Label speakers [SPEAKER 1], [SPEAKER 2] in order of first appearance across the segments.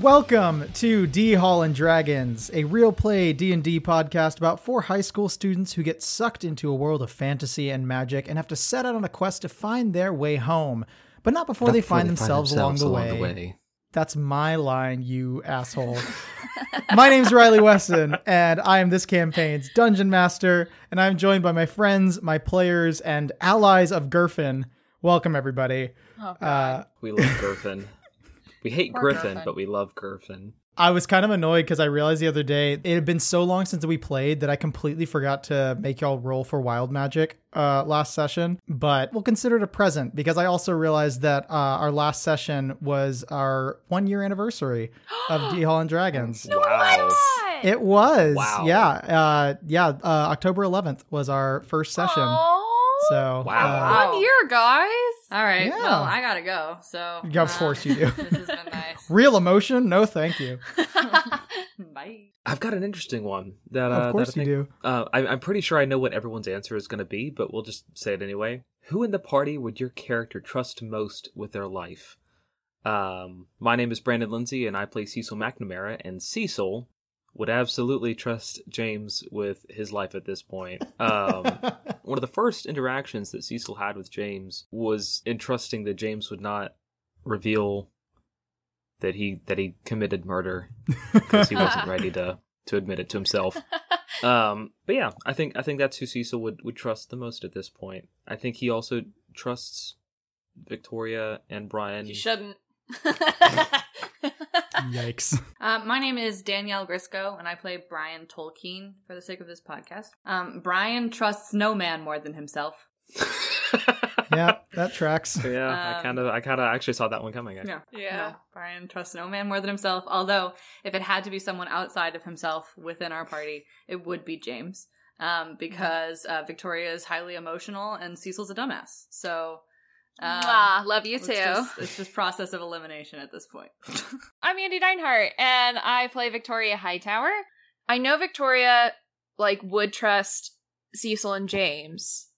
[SPEAKER 1] Welcome to D Hall and Dragons, a real play D&D podcast about four high school students who get sucked into a world of fantasy and magic and have to set out on a quest to find their way home, but not before, they, find themselves along, the, way. That's my line, you asshole. my name's Riley Weston, and I am this campaign's dungeon master, and I'm joined by my friends, my players, and allies of Gerfin. Welcome everybody.
[SPEAKER 2] Oh, God.
[SPEAKER 1] Uh,
[SPEAKER 3] We love Griffin. we hate
[SPEAKER 2] Or
[SPEAKER 3] Griffin,
[SPEAKER 2] Griffin.
[SPEAKER 3] but we love Griffin.
[SPEAKER 1] I was kind of annoyed because I realized the other day it had been so long since we played that I completely forgot to make y'all roll for wild magic uh, last session. But we'll consider it a present because I also realized that uh, our last session was our one year anniversary of D Hall and Dragons.
[SPEAKER 2] no, it was not.
[SPEAKER 1] It was,
[SPEAKER 3] Wow.
[SPEAKER 1] yeah, uh, yeah. Uh, October 11th was our first session.
[SPEAKER 2] Aw.
[SPEAKER 1] So uh,
[SPEAKER 3] Wow.
[SPEAKER 2] one year, guys.
[SPEAKER 4] All right.
[SPEAKER 1] Yeah.
[SPEAKER 4] Well, I gotta go. So
[SPEAKER 1] uh, Yeah, of course you do.
[SPEAKER 4] This has been
[SPEAKER 1] uh,
[SPEAKER 4] nice.
[SPEAKER 1] real emotion? No, thank you.
[SPEAKER 4] Bye.
[SPEAKER 3] I've got an interesting one that uh,
[SPEAKER 1] of course
[SPEAKER 3] that I
[SPEAKER 1] you
[SPEAKER 3] think-
[SPEAKER 1] do.
[SPEAKER 3] Uh, I, I'm pretty sure I know what everyone's answer is going to be, but we'll just say it anyway. Who in the party would your character trust most with their life? Um, my name is Brandon Lindsay, and I play Cecil McNamara. And Cecil would absolutely trust James with his life at this point. Um, one of the first interactions that Cecil had with James was in trusting that James would not reveal that he that he committed murder because he wasn't ready to to admit it to himself. Um, but yeah, I think I think that's who Cecil would would trust the most at this point. I think he also trusts Victoria and Brian.
[SPEAKER 4] You shouldn't.
[SPEAKER 1] Yikes.
[SPEAKER 4] um, my name is Danielle Grisco, and I play Brian Tolkien for the sake of this podcast. Um, Brian trusts no man more than himself.
[SPEAKER 1] yeah, that tracks.
[SPEAKER 3] yeah, I
[SPEAKER 4] Um,
[SPEAKER 3] kind of I kind of actually saw that one coming. actually.
[SPEAKER 2] Yeah.
[SPEAKER 4] No, Brian trusts no man more than himself. Although, if it had to be someone outside of himself within our party, it would be James, um, because uh, Victoria is highly emotional and Cecil's a dumbass. So, um,
[SPEAKER 2] ah, love you
[SPEAKER 4] it's
[SPEAKER 2] too.
[SPEAKER 4] just- it's just process of elimination at this point.
[SPEAKER 2] I'm Andy Deinhart, and I play Victoria Hightower. I know Victoria like would trust Cecil and James,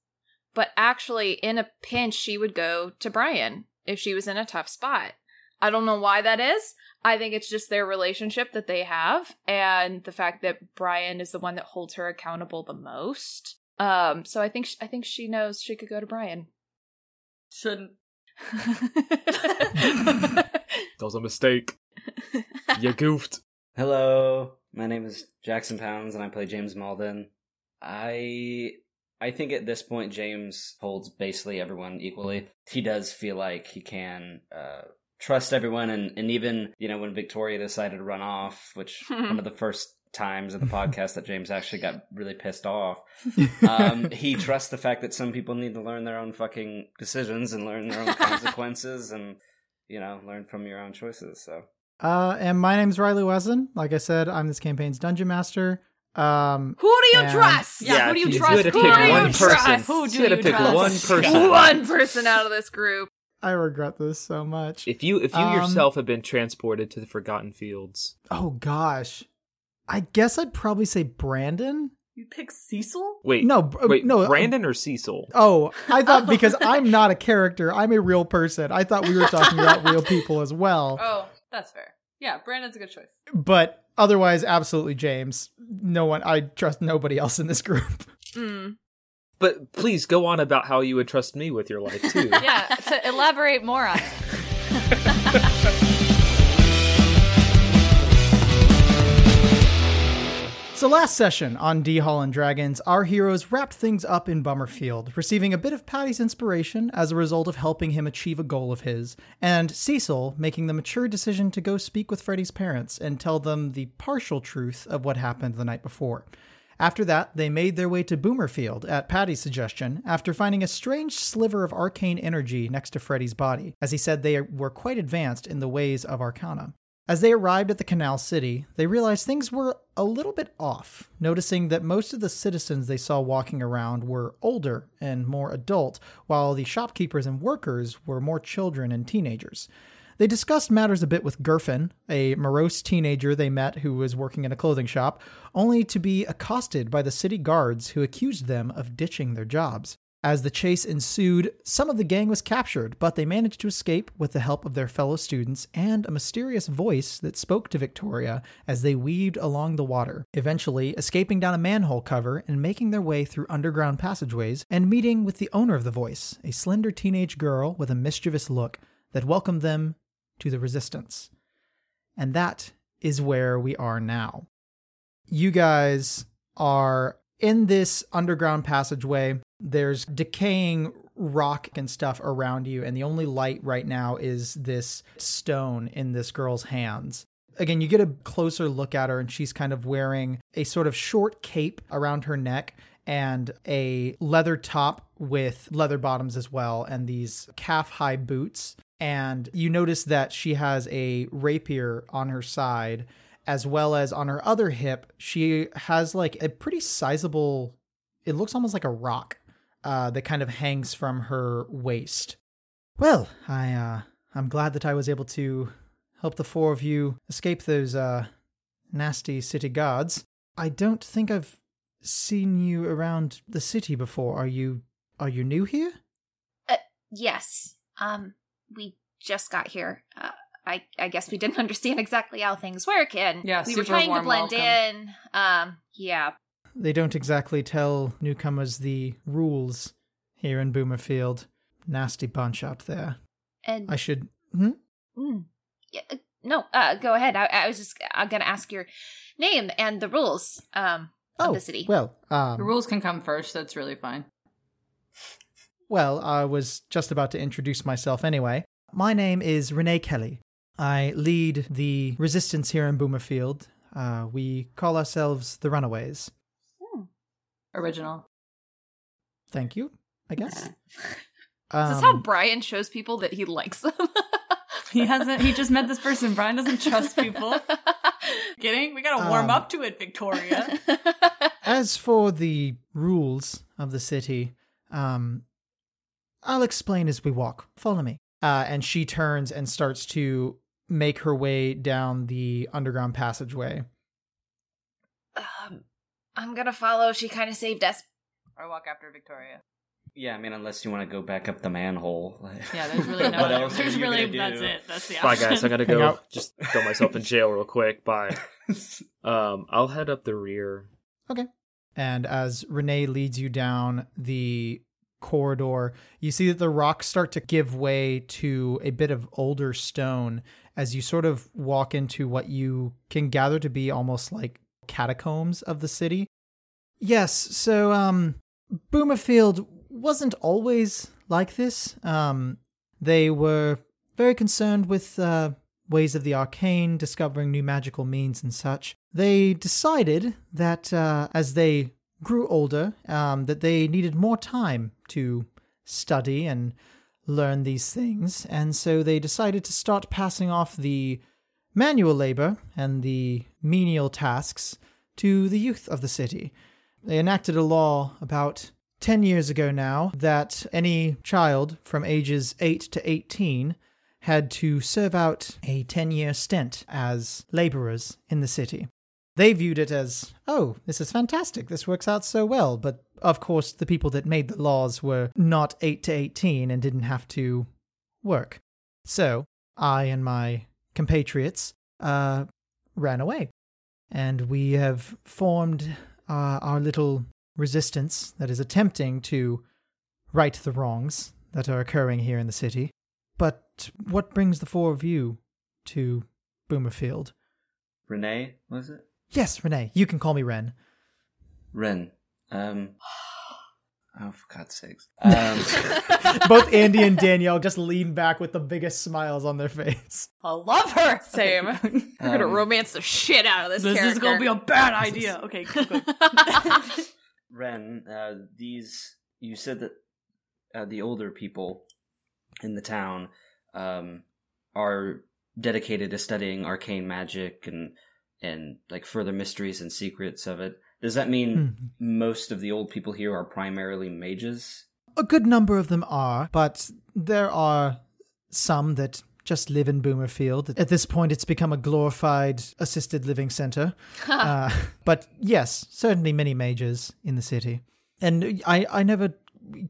[SPEAKER 2] but actually, in a pinch, she would go to Brian if she was in a tough spot. I don't know why that is. I think it's just their relationship that they have, and the fact that Brian is the one that holds her accountable the most. Um, so I think sh- I think she knows she could go to Brian.
[SPEAKER 4] Shouldn't.
[SPEAKER 3] That was a mistake. you goofed.
[SPEAKER 5] Hello, my name is Jackson Pounds, and I play James Malden. I I think at this point James holds basically everyone equally. He does feel like he can uh, trust everyone, and and even you know when Victoria decided to run off, which one of the first times in the podcast that James actually got really pissed off. Um, he trusts the fact that some people need to learn their own fucking decisions and learn their own consequences, and you know learn from your own choices. So.
[SPEAKER 1] Uh, and my name's Riley Wesson. Like I said, I'm this campaign's dungeon master. Um,
[SPEAKER 4] Who do you
[SPEAKER 1] And-
[SPEAKER 4] trust?
[SPEAKER 3] Yeah,
[SPEAKER 4] who do you
[SPEAKER 3] if you
[SPEAKER 4] trust?
[SPEAKER 3] had to
[SPEAKER 4] who
[SPEAKER 3] pick
[SPEAKER 4] do you
[SPEAKER 3] one person-
[SPEAKER 4] trust?
[SPEAKER 3] if
[SPEAKER 4] Who do
[SPEAKER 3] you had to
[SPEAKER 4] you
[SPEAKER 3] pick
[SPEAKER 4] trust?
[SPEAKER 3] one person-
[SPEAKER 2] One person out of this group.
[SPEAKER 1] I regret this so much.
[SPEAKER 3] If you if you
[SPEAKER 1] Um,
[SPEAKER 3] yourself had been transported to the Forgotten Fields,
[SPEAKER 1] Oh gosh, I guess I'd probably say Brandon.
[SPEAKER 4] You pick Cecil?
[SPEAKER 3] wait,
[SPEAKER 1] No, b-
[SPEAKER 3] wait,
[SPEAKER 1] no, uh,
[SPEAKER 3] Brandon or Cecil?
[SPEAKER 1] Oh, I thought because I'm not a character, I'm a real person. I thought we were talking about real people as well,
[SPEAKER 4] Oh, that's fair. Yeah, Brandon's a good choice.
[SPEAKER 1] but otherwise, absolutely James. No one, I trust nobody else in this group.
[SPEAKER 2] Mm,
[SPEAKER 3] But please go on about how you would trust me with your life too.
[SPEAKER 2] yeah, to elaborate more on it.
[SPEAKER 1] So last session on D Hall and Dragons, our heroes wrapped things up in Bummerfield, receiving a bit of Patty's inspiration as a result of helping him achieve a goal of his, and Cecil making the mature decision to go speak with Freddy's parents and tell them the partial truth of what happened the night before. After that, they made their way to Boomerfield at Patty's suggestion after finding a strange sliver of arcane energy next to Freddy's body, as he said they were quite advanced in the ways of arcana. As they arrived at the Canal City, they realized things were a little bit off, noticing that most of the citizens they saw walking around were older and more adult, while the shopkeepers and workers were more children and teenagers. They discussed matters a bit with Gerfin, a morose teenager they met who was working in a clothing shop, only to be accosted by the city guards who accused them of ditching their jobs. As the chase ensued, some of the gang was captured, but they managed to escape with the help of their fellow students and a mysterious voice that spoke to Victoria as they weaved along the water, eventually escaping down a manhole cover and making their way through underground passageways and meeting with the owner of the voice, a slender teenage girl with a mischievous look that welcomed them to the resistance. And that is where we are now. You guys are in this underground passageway. There's decaying rock and stuff around you, and the only light right now is this stone in this girl's hands. Again, you get a closer look at her, and she's kind of wearing a sort of short cape around her neck and a leather top with leather bottoms as well, and these calf high boots. And you notice that she has a rapier on her side as well as on her other hip, she has like a pretty sizable, it looks almost like a rock uh, that kind of hangs from her waist. Well, I, uh, I'm glad that I was able to help the four of you escape those uh, nasty city guards. I don't think I've seen you around the city before. Are you are you new here?
[SPEAKER 6] Yes. Um, we just got here. Uh, I, I guess we didn't understand exactly how things work, and
[SPEAKER 4] Yeah,
[SPEAKER 6] we were
[SPEAKER 4] super
[SPEAKER 6] trying to
[SPEAKER 4] warm
[SPEAKER 6] blend
[SPEAKER 4] welcome.
[SPEAKER 6] in. Um, yeah,
[SPEAKER 1] They don't exactly tell newcomers the rules here in Boomerfield. Nasty bunch out there.
[SPEAKER 6] and
[SPEAKER 1] I should. Hmm?
[SPEAKER 6] mm, yeah, uh, no, uh, go ahead. I, I was just I'm gonna ask your name and the rules. Um,
[SPEAKER 4] Oh,
[SPEAKER 6] of the city.
[SPEAKER 1] Well, um,
[SPEAKER 4] The rules can come first. That's really fine.
[SPEAKER 1] well, I was just about to introduce myself anyway. My name is Renee Kelly. I lead the resistance here in Boomerfield. Uh, we call ourselves the Runaways.
[SPEAKER 4] Original.
[SPEAKER 1] Thank you, I guess. Um,
[SPEAKER 2] Is this how Brian shows people that he likes them?
[SPEAKER 4] um, He hasn't. He just met this person. Brian doesn't trust people. Kidding? We gotta warm
[SPEAKER 1] Um,
[SPEAKER 4] up to it, Victoria.
[SPEAKER 1] as for the rules of the city, um, I'll explain as we walk. Follow me. Uh, and she turns and starts to make her way down the underground passageway.
[SPEAKER 6] um, I'm gonna follow. She kind of saved us.
[SPEAKER 4] or walk after Victoria.
[SPEAKER 5] Yeah, I mean, unless you want to go back up the manhole.
[SPEAKER 4] Yeah, there's really no.
[SPEAKER 5] What
[SPEAKER 4] other-
[SPEAKER 5] else are
[SPEAKER 4] there's
[SPEAKER 5] you
[SPEAKER 4] really
[SPEAKER 5] gonna
[SPEAKER 4] that's
[SPEAKER 5] do?
[SPEAKER 4] it. That's the
[SPEAKER 3] Bye,
[SPEAKER 4] option.
[SPEAKER 3] guys. I gotta
[SPEAKER 1] Hang
[SPEAKER 3] go.
[SPEAKER 1] out.
[SPEAKER 3] Just throw myself in jail real quick. Bye. Um, I'll head up the rear.
[SPEAKER 1] And as Renee leads you down the corridor, you see that the rocks start to give way to a bit of older stone as you sort of walk into what you can gather to be almost like catacombs of the city. Yes, so um Boomerfield wasn't always like this. Um they were very concerned with uh ways of the arcane, discovering new magical means and such. They decided that uh, as they grew older, um, that they needed more time to study and learn these things, and so they decided to start passing off the manual labor and the menial tasks to the youth of the city. They enacted a law about 10 years ago now that any child from ages 8 to 18 had to serve out a 10 year stint as laborers in the city. They viewed it as, oh, this is fantastic, this works out so well, but of course the people that made the laws were not 8 to 18 and didn't have to work. So I and my compatriots uh, ran away, and we have formed uh, our little resistance that is attempting to right the wrongs that are occurring here in the city. But what brings the four of you to Boomerfield?
[SPEAKER 5] Renee, was it?
[SPEAKER 1] Yes, Renee, you can call me Ren.
[SPEAKER 5] Ren. Um. Oh, for God's sakes. Um,
[SPEAKER 1] Both Andy and Danielle just lean back with the biggest smiles on their face.
[SPEAKER 4] I love her.
[SPEAKER 2] Same. We're gonna
[SPEAKER 5] Um,
[SPEAKER 2] romance the shit out of this,
[SPEAKER 4] This
[SPEAKER 2] character.
[SPEAKER 4] is gonna be a bad idea. Okay, good. good.
[SPEAKER 5] Ren, uh, these you said that uh, the older people in the town um, are dedicated to studying arcane magic and and like further mysteries and secrets of it. Does that
[SPEAKER 3] Hmm.
[SPEAKER 5] mean
[SPEAKER 1] Mhm.
[SPEAKER 5] most of the old people here are primarily mages?
[SPEAKER 1] A good number of them are, but there are some that just live in Boomerfield. At this point, it's become a glorified assisted living center. uh, but yes, certainly many majors in the city. And I, I never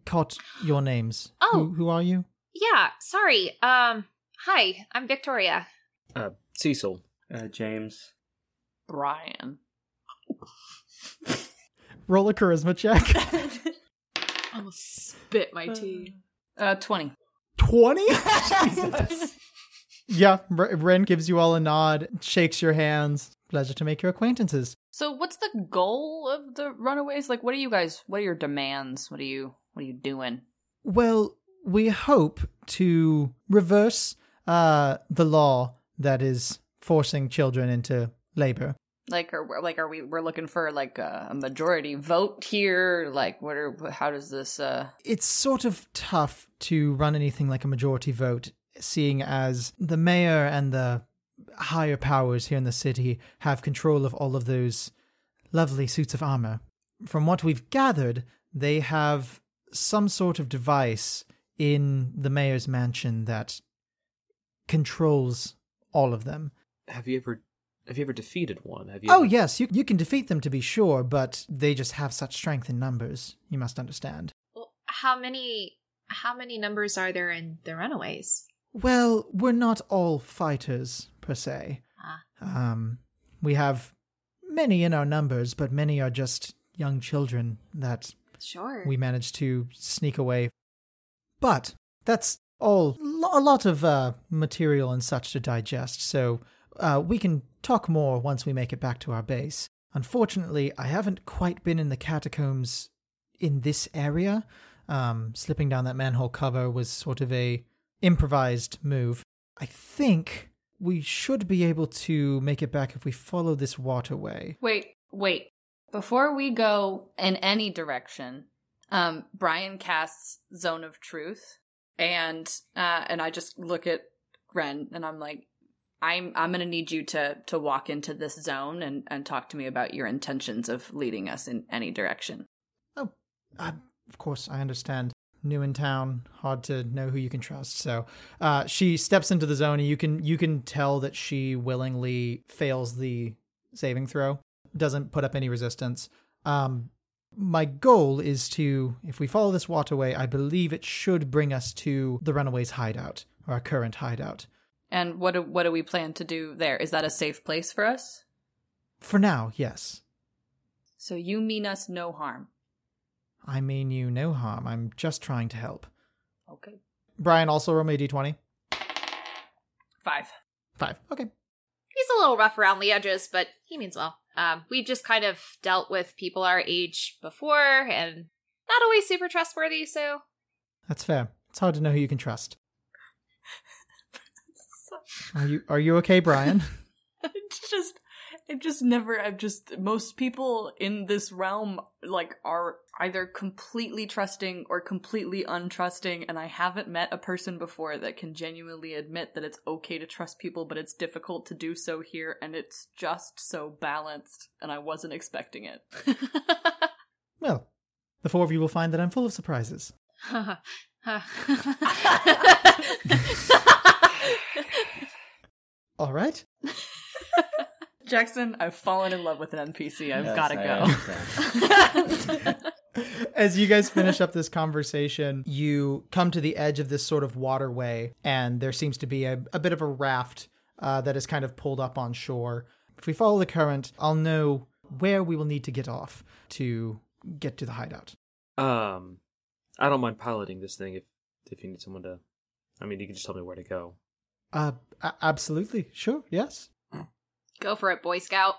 [SPEAKER 1] caught your names.
[SPEAKER 6] Oh.
[SPEAKER 1] Who, who are you?
[SPEAKER 6] Yeah, sorry. Um, hi, I'm Victoria.
[SPEAKER 3] Cecil.
[SPEAKER 5] Uh, James.
[SPEAKER 4] Brian.
[SPEAKER 1] Roll a charisma check.
[SPEAKER 2] almost spit my tea.
[SPEAKER 4] Uh, 20.
[SPEAKER 1] 20? yeah, R- Ren gives you all a nod, shakes your hands. Pleasure to make your acquaintances.
[SPEAKER 4] So what's the goal of the runaways? Like what are you guys what are your demands? What are you what are you doing?
[SPEAKER 1] Well, we hope to reverse uh, the law that is forcing children into labor.
[SPEAKER 4] Like are like are we we're looking for like a majority vote here? Like what are how does this uh
[SPEAKER 1] It's sort of tough to run anything like a majority vote, seeing as the mayor and the higher powers here in the city have control of all of those lovely suits of armor. From what we've gathered, they have some sort of device in the mayor's mansion that controls all of them.
[SPEAKER 3] Have you ever have you ever defeated one? Have you
[SPEAKER 1] Oh
[SPEAKER 3] ever-
[SPEAKER 1] yes, you you can defeat them to be sure, but they just have such strength in numbers. You must understand.
[SPEAKER 6] Well, how many how many numbers are there in the Runaways?
[SPEAKER 1] Well, we're not all fighters per se.
[SPEAKER 6] Ah.
[SPEAKER 1] Um, we have many in our numbers, but many are just young children that
[SPEAKER 6] Sure.
[SPEAKER 1] we managed to sneak away. But that's all lo- a lot of uh, material and such to digest, so uh, we can talk more once we make it back to our base. Unfortunately, I haven't quite been in the catacombs in this area. Um, slipping down that manhole cover was sort of a improvised move. I think we should be able to make it back if we follow this waterway.
[SPEAKER 4] Wait, wait. Before we go in any direction, um, Brian casts Zone of Truth, and uh, and I just look at Ren, and I'm like, I'm I'm gonna need you to to walk into this zone and and talk to me about your intentions of leading us in any direction.
[SPEAKER 1] uh, of course, I understand. New in town, hard to know who you can trust. So, uh, she steps into the zone, and you can you can tell that she willingly fails the saving throw, doesn't put up any resistance. Um, my goal is to, if we follow this waterway, I believe it should bring us to the runaways' hideout or our current hideout.
[SPEAKER 4] And what do, what do we plan to do there? Is that a safe place for us?
[SPEAKER 1] For now, yes.
[SPEAKER 4] So you mean us no harm.
[SPEAKER 1] I mean you no harm. I'm just trying to help.
[SPEAKER 4] Okay.
[SPEAKER 1] Brian, also roll me a d20.
[SPEAKER 4] Five.
[SPEAKER 1] Five. Okay.
[SPEAKER 6] He's a little rough around the edges, but he means well. Um, we just kind of dealt with people our age before, and not always super trustworthy. So
[SPEAKER 1] That's fair. It's hard to know who you can trust. Are you are you okay, Brian?
[SPEAKER 4] it's just it just never i've just most people in this realm like are either completely trusting or completely untrusting and i haven't met a person before that can genuinely admit that it's okay to trust people but it's difficult to do so here and it's just so balanced and i wasn't expecting it
[SPEAKER 1] well, the four of you will find that I'm full of surprises. All right.
[SPEAKER 4] jackson i've fallen in love with an npc i've
[SPEAKER 5] Yes,
[SPEAKER 4] gotta
[SPEAKER 5] I
[SPEAKER 4] go
[SPEAKER 5] understand.
[SPEAKER 1] As you guys finish up this conversation, you come to the edge of this sort of waterway, and there seems to be a, a bit of a raft uh, that is kind of pulled up on shore. If we follow the current, I'll know where we will need to get off to get to the hideout.
[SPEAKER 3] Um, I don't mind piloting this thing if if you need someone to. I mean, you can just tell me where to go.
[SPEAKER 1] Uh, a- absolutely. Sure. Yes.
[SPEAKER 6] go for it, Boy Scout.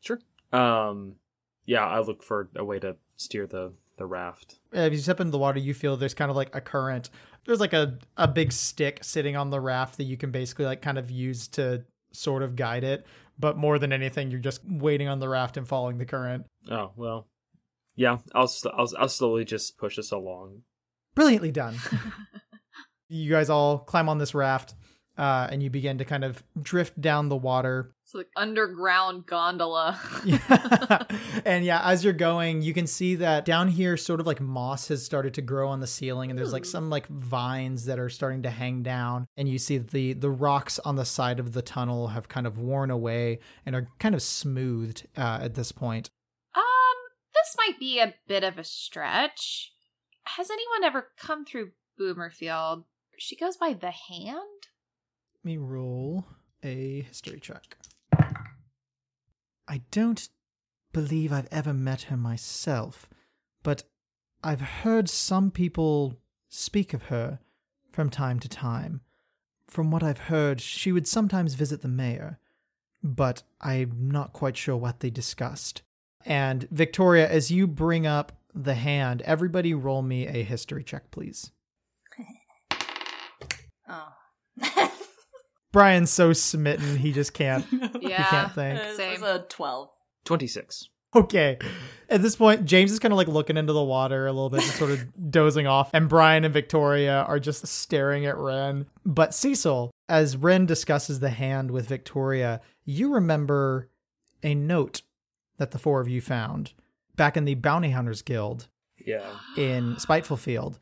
[SPEAKER 3] Sure. Um, yeah, I look for a way to steer the the raft.
[SPEAKER 1] Uh, if you step into the water, you feel there's kind of like a current. There's like a, a big stick sitting on the raft that you can basically like kind of use to sort of guide it. But more than anything, you're just waiting on the raft and following the current.
[SPEAKER 3] Oh well, yeah. I'll sl- I'll I'll slowly just push us along.
[SPEAKER 1] Brilliantly done. you guys all climb on this raft uh, and you begin to kind of drift down the water.
[SPEAKER 2] It's like underground gondola.
[SPEAKER 1] Yeah. and yeah, as you're going, you can see that down here, sort of like moss has started to grow on the ceiling, and there's like
[SPEAKER 2] Ooh.
[SPEAKER 1] some like vines that are starting to hang down, and you see the the rocks on the side of the tunnel have kind of worn away and are kind of smoothed uh, at this point.
[SPEAKER 6] Um, this might be a bit of a stretch.
[SPEAKER 2] Has anyone ever come through Boomerfield? She goes by the hand?
[SPEAKER 1] Let me roll a history check. I don't believe I've ever met her myself, but I've heard some people speak of her from time to time. From what I've heard, she would sometimes visit the mayor, but I'm not quite sure what they discussed. And Victoria, as you bring up the hand, everybody roll me a history check, please.
[SPEAKER 4] Oh.
[SPEAKER 1] Brian's so smitten, he just can't. He
[SPEAKER 2] Yeah.
[SPEAKER 1] can't think.
[SPEAKER 4] This
[SPEAKER 2] Same.
[SPEAKER 4] is a 12.
[SPEAKER 3] 26.
[SPEAKER 1] Okay. At this point, James is kind of like looking into the water a little bit, just sort of dozing off. And Brian and Victoria are just staring at Ren. But Cecil, as Ren discusses the hand with Victoria, you remember a note that the four of you found back in the Bounty Hunters Guild
[SPEAKER 3] Yeah.
[SPEAKER 1] in Spiteful Field.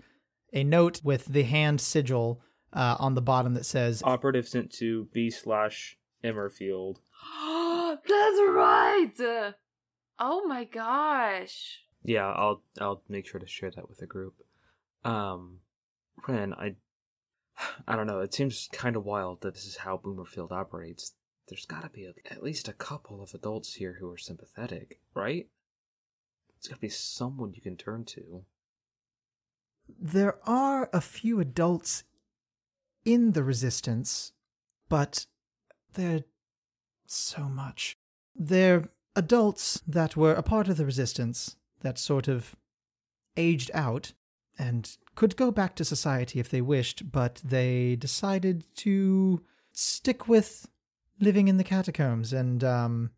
[SPEAKER 1] A note with the hand sigil uh, on the bottom that says,
[SPEAKER 3] Operative sent to B slash Emmerfield.
[SPEAKER 2] That's right. Oh my gosh.
[SPEAKER 3] Yeah, I'll I'll make sure to share that with the group. Um, Ren, I I don't know. It seems kind of wild that this is how Boomerfield operates. There's got to be at at least a couple of adults here who are sympathetic, right? There's got to be someone you can turn to.
[SPEAKER 1] There are a few adults in the resistance, but they're so much. They're adults that were a part of the resistance that sort of aged out and could go back to society if they wished, but they decided to stick with living in the catacombs and um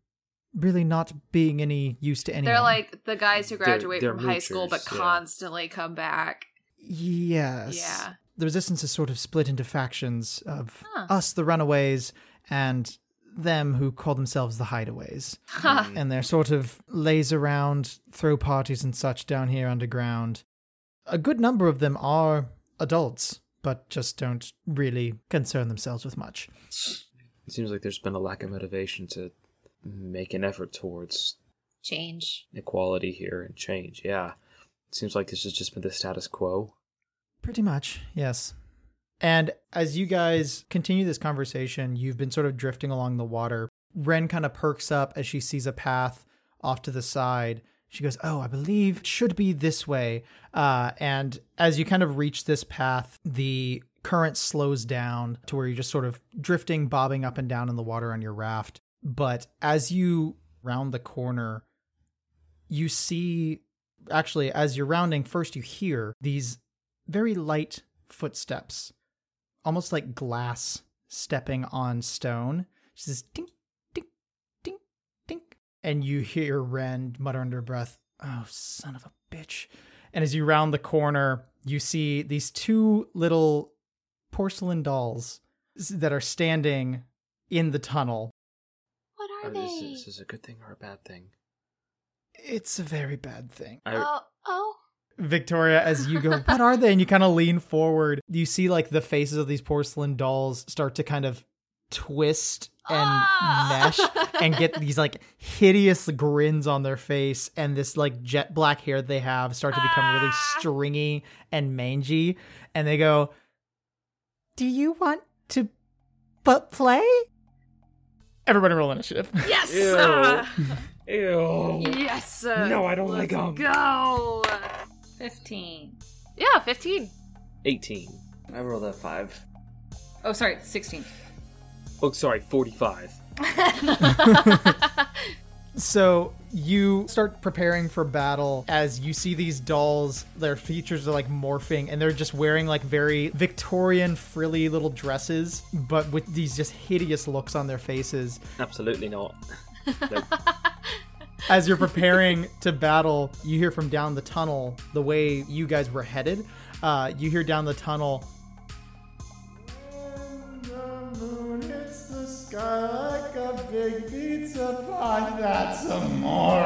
[SPEAKER 1] really not being any use to anyone.
[SPEAKER 2] They're like the guys who
[SPEAKER 3] They're-
[SPEAKER 2] graduate
[SPEAKER 3] they're
[SPEAKER 2] from high school but
[SPEAKER 3] moochers, yeah.
[SPEAKER 2] constantly come back.
[SPEAKER 1] Yes.
[SPEAKER 2] Yeah.
[SPEAKER 1] The resistance is sort of split into factions of
[SPEAKER 2] Huh.
[SPEAKER 1] us, the runaways, and them who call themselves the hideaways.
[SPEAKER 2] Huh.
[SPEAKER 3] Hmm.
[SPEAKER 1] And they're sort of lays around, throw parties and such down here underground. A good number of them are adults, but just don't really concern themselves with much.
[SPEAKER 3] It seems like there's been a lack of motivation to make an effort towards
[SPEAKER 6] Change.
[SPEAKER 3] equality here and change. Yeah. It seems like this has just been the status quo.
[SPEAKER 1] Pretty much, yes. And as you guys continue this conversation, you've been sort of drifting along the water. Ren kind of perks up as she sees a path off to the side. She goes, Oh, I believe it should be this way. Uh, and as you kind of reach this path, the current slows down to where you're just sort of drifting, bobbing up and down in the water on your raft. But as you round the corner, you see actually, as you're rounding, first you hear these very light footsteps, almost like glass stepping on stone. She says, tink, tink, tink, tink. And you hear Ren mutter under her breath, Oh, son of a bitch. And as you round the corner, you see these two little porcelain dolls s- that are standing in the tunnel.
[SPEAKER 6] What are
[SPEAKER 3] Or
[SPEAKER 6] they?
[SPEAKER 3] Is this is a good thing or a bad thing?
[SPEAKER 1] It's a very bad thing.
[SPEAKER 3] I,
[SPEAKER 6] oh, oh.
[SPEAKER 1] Victoria, as you go, what are they? And you kind of lean forward. You see like the faces of these porcelain dolls start to kind of twist and
[SPEAKER 6] Ah!
[SPEAKER 1] mesh and get these like hideous grins on their face. And this like jet black hair they have start to become really
[SPEAKER 6] Ah!
[SPEAKER 1] stringy and mangy. And they go, Do you want to but play? Everybody roll initiative.
[SPEAKER 2] Yes.
[SPEAKER 3] Ew.
[SPEAKER 2] Uh,
[SPEAKER 3] Ew.
[SPEAKER 2] yes.
[SPEAKER 3] No, I don't like
[SPEAKER 2] Let's
[SPEAKER 3] 'em.
[SPEAKER 2] Go.
[SPEAKER 4] 15.
[SPEAKER 2] Yeah, 15.
[SPEAKER 3] 18.
[SPEAKER 5] I rolled a five.
[SPEAKER 4] Oh, sorry, 16.
[SPEAKER 3] Oh, sorry, 45.
[SPEAKER 1] So you start preparing for battle as you see these dolls. Their features are like morphing, and they're just wearing like very Victorian frilly little dresses, but with these just hideous looks on their faces.
[SPEAKER 3] Absolutely not.
[SPEAKER 1] As you're preparing to battle, you hear from down the tunnel the way you guys were headed. Uh, you hear down the tunnel. The moon hits the sky like a big pizza pie. That's amore.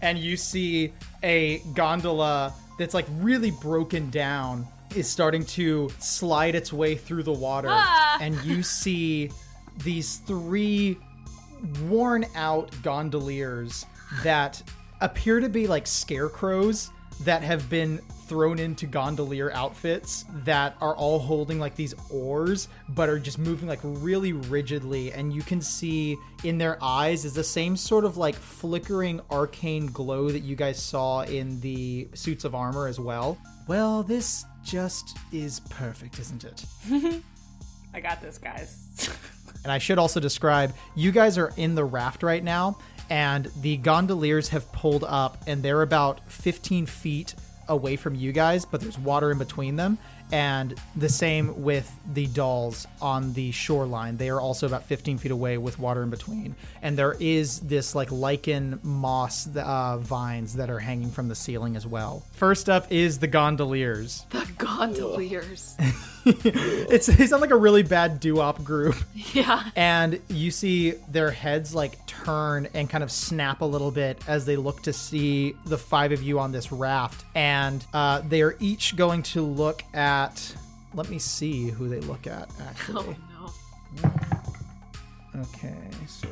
[SPEAKER 1] And you see a gondola that's like really broken down is starting to slide its way through the water, and you see these three worn out gondoliers that appear to be like scarecrows that have been thrown into gondolier outfits that are all holding like these oars but are just moving like really rigidly and you can see in their eyes is the same sort of like flickering arcane glow that you guys saw in the suits of armor as well well this just is perfect isn't it
[SPEAKER 4] I got this, guys.
[SPEAKER 1] and I should also describe you guys are in the raft right now, and the gondoliers have pulled up, and they're about 15 feet away from you guys, but there's water in between them. And the same with the dolls on the shoreline. They are also about 15 feet away with water in between. And there is this like lichen moss uh, vines that are hanging from the ceiling as well. First up is the gondoliers.
[SPEAKER 2] The gondoliers.
[SPEAKER 1] it's, they sound like a really bad doo wop group
[SPEAKER 2] yeah.
[SPEAKER 1] and you see their heads like turn and kind of snap a little bit as they look to see the five of you on this raft and uh, they are each going to look at let me see who they look at actually
[SPEAKER 2] Oh, No.
[SPEAKER 1] okay so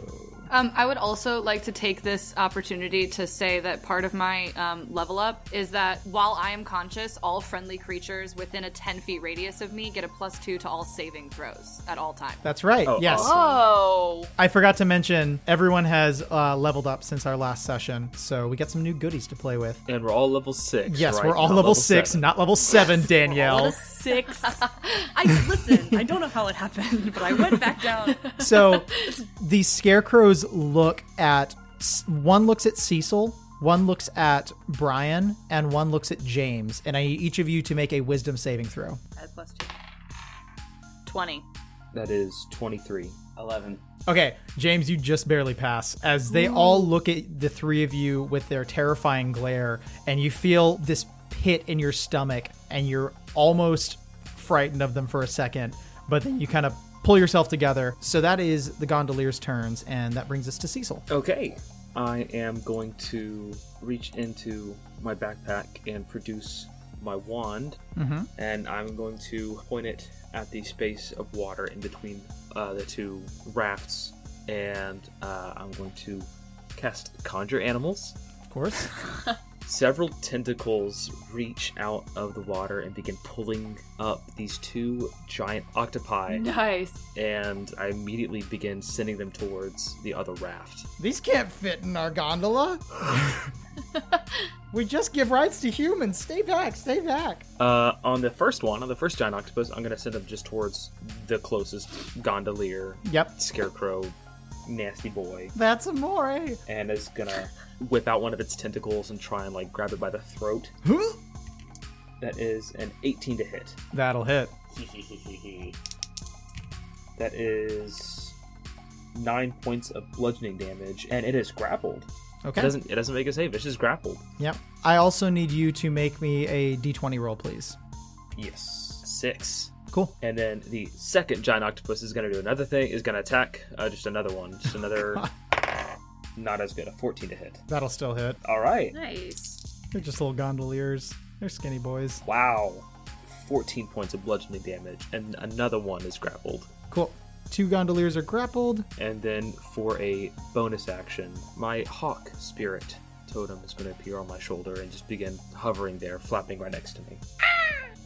[SPEAKER 4] Um, I would also like to take this opportunity to say that part of my um, level up is that while I am conscious, all friendly creatures within a 10 feet radius of me get a plus two to all saving throws at all times.
[SPEAKER 1] that's right
[SPEAKER 3] Oh,
[SPEAKER 1] yes
[SPEAKER 3] awesome.
[SPEAKER 2] Oh.
[SPEAKER 1] i forgot to mention everyone has uh, leveled up since our last session so we got some new goodies to play with
[SPEAKER 3] And we're all level six.
[SPEAKER 1] yes
[SPEAKER 3] right?
[SPEAKER 1] we're all
[SPEAKER 3] Not
[SPEAKER 1] level, six
[SPEAKER 3] seven.
[SPEAKER 1] not level seven danielle
[SPEAKER 4] Six. I listen. I don't know how it happened, but I went back down.
[SPEAKER 1] so the scarecrows look at one looks at Cecil, one looks at Brian, and one looks at James, and I need each of you to make a wisdom saving throw.
[SPEAKER 4] Add plus two. Twenty.
[SPEAKER 3] That is 23.
[SPEAKER 5] 11.
[SPEAKER 1] Okay, James, you just barely pass as they all look at the three of you with their terrifying glare, and you feel this pit in your stomach, and you're almost frightened of them for a second, but then you kind of pull yourself together. So that is the gondolier's turns, and that brings us to Cecil.
[SPEAKER 3] Okay. I am going to reach into my backpack and produce my wand,
[SPEAKER 1] Mm-hmm.
[SPEAKER 3] and I'm going to point it at the space of water in between uh, the two rafts, and uh, I'm going to cast Conjure Animals.
[SPEAKER 1] Of course.
[SPEAKER 3] Several tentacles reach out of the water and begin pulling up these two giant octopi,
[SPEAKER 2] Nice.
[SPEAKER 3] and I immediately begin sending them towards the other raft.
[SPEAKER 1] These can't fit in our gondola. we just give rights to humans. Stay back, stay back.
[SPEAKER 3] Uh, on the first one, on the first giant octopus, I'm gonna send them just towards the closest gondolier,
[SPEAKER 1] Yep.
[SPEAKER 3] scarecrow, nasty boy,
[SPEAKER 1] That's eh? amore.
[SPEAKER 3] and is gonna whip out one of its tentacles and try and like grab it by the throat.
[SPEAKER 1] Hmm?
[SPEAKER 3] That is an 18 to hit.
[SPEAKER 1] That'll hit.
[SPEAKER 3] That is nine points of bludgeoning damage, and it is grappled. It
[SPEAKER 1] Okay.
[SPEAKER 3] doesn't. It doesn't make a save. It's just grappled.
[SPEAKER 1] Yep. I also need you to make me a d20 roll, please.
[SPEAKER 3] Yes, six.
[SPEAKER 1] Cool.
[SPEAKER 3] And then the second giant octopus is going to do another thing, is going to attack uh, just another one. Just another. not as good, a 14 to hit.
[SPEAKER 1] That'll still hit.
[SPEAKER 3] All right.
[SPEAKER 2] Nice.
[SPEAKER 1] They're just little gondoliers. They're skinny boys.
[SPEAKER 3] Wow. 14 points of bludgeoning damage, and another one is grappled.
[SPEAKER 1] Cool. Two gondoliers are grappled.
[SPEAKER 3] And then for a bonus action, my hawk spirit totem is going to appear on my shoulder and just begin hovering there, flapping right next to me.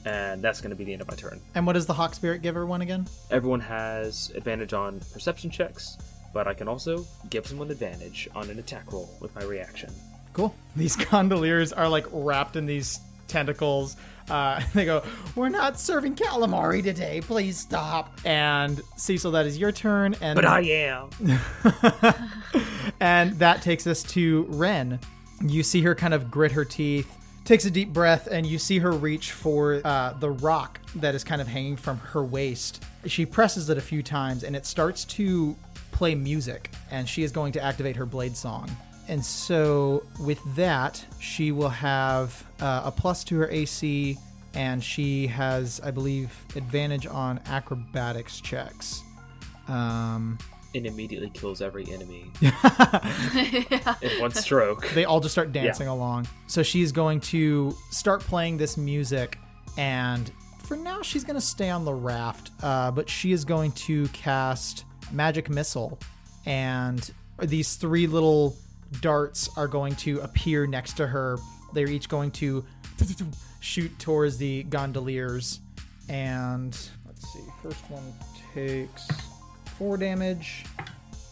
[SPEAKER 3] And that's going to be the end of my turn.
[SPEAKER 1] And what does the Hawk Spirit give her one again?
[SPEAKER 3] Everyone has advantage on perception checks, but I can also give someone advantage on an attack roll with my reaction.
[SPEAKER 1] Cool. These gondoliers are like wrapped in these tentacles. Uh, they go, "We're not serving calamari today. Please stop." And Cecil, that is your turn. And
[SPEAKER 3] But I am.
[SPEAKER 1] and that takes us to Ren. You see her kind of grit her teeth, takes a deep breath, and you see her reach for uh, the rock that is kind of hanging from her waist. She presses it a few times, and it starts to play music. And she is going to activate her blade song. And so, with that, she will have uh, a plus to her AC, and she has, I believe, advantage on acrobatics checks. Um,
[SPEAKER 3] And immediately kills every enemy in one stroke.
[SPEAKER 1] they all just start dancing along. So she's going to start playing this music, and for now she's going to stay on the raft, uh, but she is going to cast magic missile, and these three little darts are going to appear next to her They're each going to shoot towards the gondoliers. And let's see, first one takes four damage,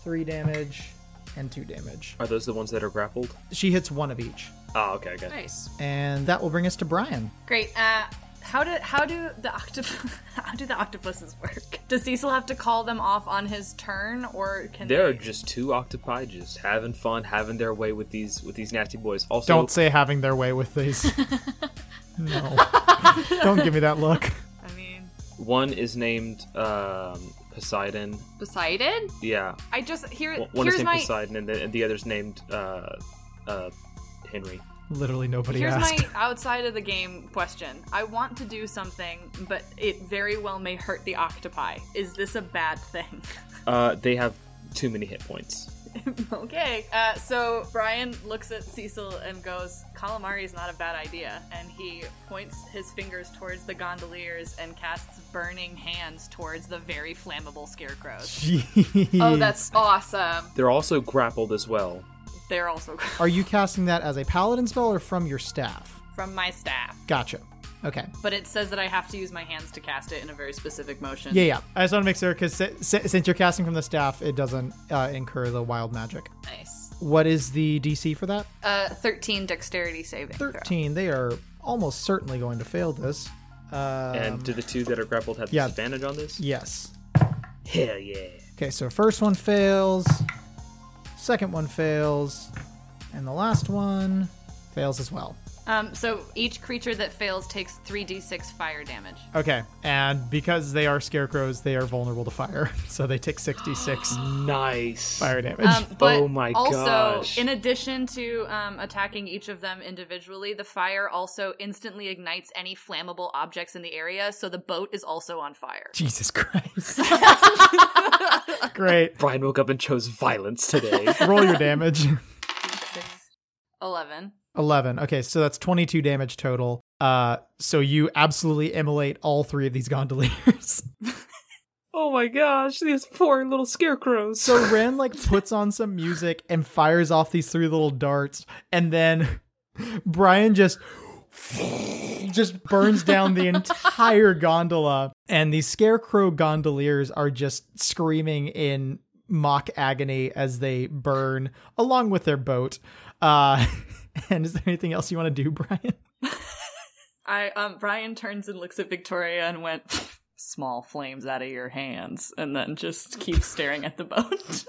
[SPEAKER 1] three damage, and two damage.
[SPEAKER 3] Are those the ones that are grappled?
[SPEAKER 1] She hits one of each.
[SPEAKER 3] Ah, okay, good.
[SPEAKER 2] Nice.
[SPEAKER 1] And that will bring us to Brian.
[SPEAKER 4] Great. Uh, how do how do the octopus how do the octopuses work? Does Cecil have to call them off on his turn, or can
[SPEAKER 3] There are
[SPEAKER 4] they-
[SPEAKER 3] just two octopi just having fun, having their way with these with these nasty boys. Also,
[SPEAKER 1] Don't say having their way with these. no. Don't give me that look.
[SPEAKER 4] I mean,
[SPEAKER 3] one is named um, Poseidon.
[SPEAKER 2] Poseidon?
[SPEAKER 3] Yeah,
[SPEAKER 4] I just here
[SPEAKER 3] one one is
[SPEAKER 4] here's
[SPEAKER 3] named
[SPEAKER 4] my
[SPEAKER 3] Poseidon, and the, and the other's named uh, uh, Henry.
[SPEAKER 1] Literally nobody
[SPEAKER 4] here's
[SPEAKER 1] asked.
[SPEAKER 4] my outside of the game question. I want to do something, but it very well may hurt the octopi. Is this a bad thing?
[SPEAKER 3] Uh, they have too many hit points.
[SPEAKER 4] okay. Uh, so Brian looks at Cecil and goes, "Calamari is not a bad idea." And he points his fingers towards the gondoliers and casts burning hands towards the very flammable scarecrows.
[SPEAKER 2] Oh, that's awesome.
[SPEAKER 3] They're also grappled as well.
[SPEAKER 4] They're also
[SPEAKER 1] Are you casting that as a paladin spell or from your staff?
[SPEAKER 4] from my staff,
[SPEAKER 1] Gotcha. Okay.
[SPEAKER 4] but it says that I have to use my hands to cast it in a very specific motion.
[SPEAKER 1] Yeah, yeah. I just want to make sure because since you're casting from the staff, it doesn't uh, incur the wild magic.
[SPEAKER 2] Nice.
[SPEAKER 1] What is the DC for that?
[SPEAKER 4] Uh, thirteen dexterity saving. throw.
[SPEAKER 1] 13. They are almost certainly going to fail this. Uh,
[SPEAKER 3] and do the two that are grappled have
[SPEAKER 1] yeah.
[SPEAKER 3] disadvantage on this?
[SPEAKER 1] yes.
[SPEAKER 3] Hell yeah!
[SPEAKER 1] Okay, so first one fails, second one fails, and the last one fails as well.
[SPEAKER 4] Um, so each creature that fails takes three d6 fire damage.
[SPEAKER 1] Okay, and because they are scarecrows, they are vulnerable to fire, so they take 66
[SPEAKER 3] Nice.
[SPEAKER 1] fire damage.
[SPEAKER 4] Um, but
[SPEAKER 3] Oh my
[SPEAKER 4] also,
[SPEAKER 3] gosh.
[SPEAKER 4] in addition to um, attacking each of them individually, the fire also instantly ignites any flammable objects in the area, so the boat is also on fire.
[SPEAKER 1] Jesus Christ. Great.
[SPEAKER 3] Brian woke up and chose violence today.
[SPEAKER 1] Roll your damage.
[SPEAKER 4] 11.
[SPEAKER 1] 11. Okay, so that's 22 damage total. Uh, so you absolutely immolate all three of these gondoliers.
[SPEAKER 3] oh my gosh, these poor little scarecrows.
[SPEAKER 1] So Ren like puts on some music and fires off these three little darts, and then Brian just just burns down the entire gondola, and these scarecrow gondoliers are just screaming in mock agony as they burn along with their boat. Uh, and is there anything else you want to do, Brian?
[SPEAKER 4] I um, Brian turns and looks at Victoria and went, small flames out of your hands, and then just keeps staring at the boat.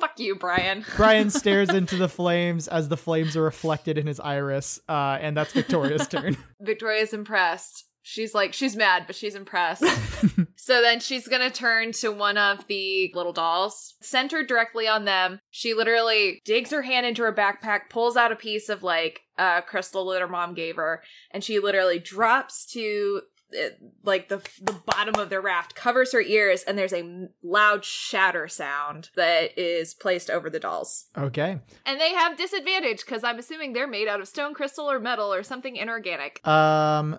[SPEAKER 2] Fuck you, Brian.
[SPEAKER 1] Brian stares into the flames as the flames are reflected in his iris, uh, and that's Victoria's turn.
[SPEAKER 2] Victoria's impressed. She's like, she's mad, but she's impressed. so then she's going to turn to one of the little dolls, centered directly on them. She literally digs her hand into her backpack, pulls out a piece of like a uh, crystal that her mom gave her, and she literally drops to uh, like the the bottom of the raft, covers her ears, and there's a m- loud shatter sound that is placed over the dolls.
[SPEAKER 1] Okay.
[SPEAKER 2] And they have disadvantage because I'm assuming they're made out of stone, crystal, or metal or something inorganic.
[SPEAKER 1] Um,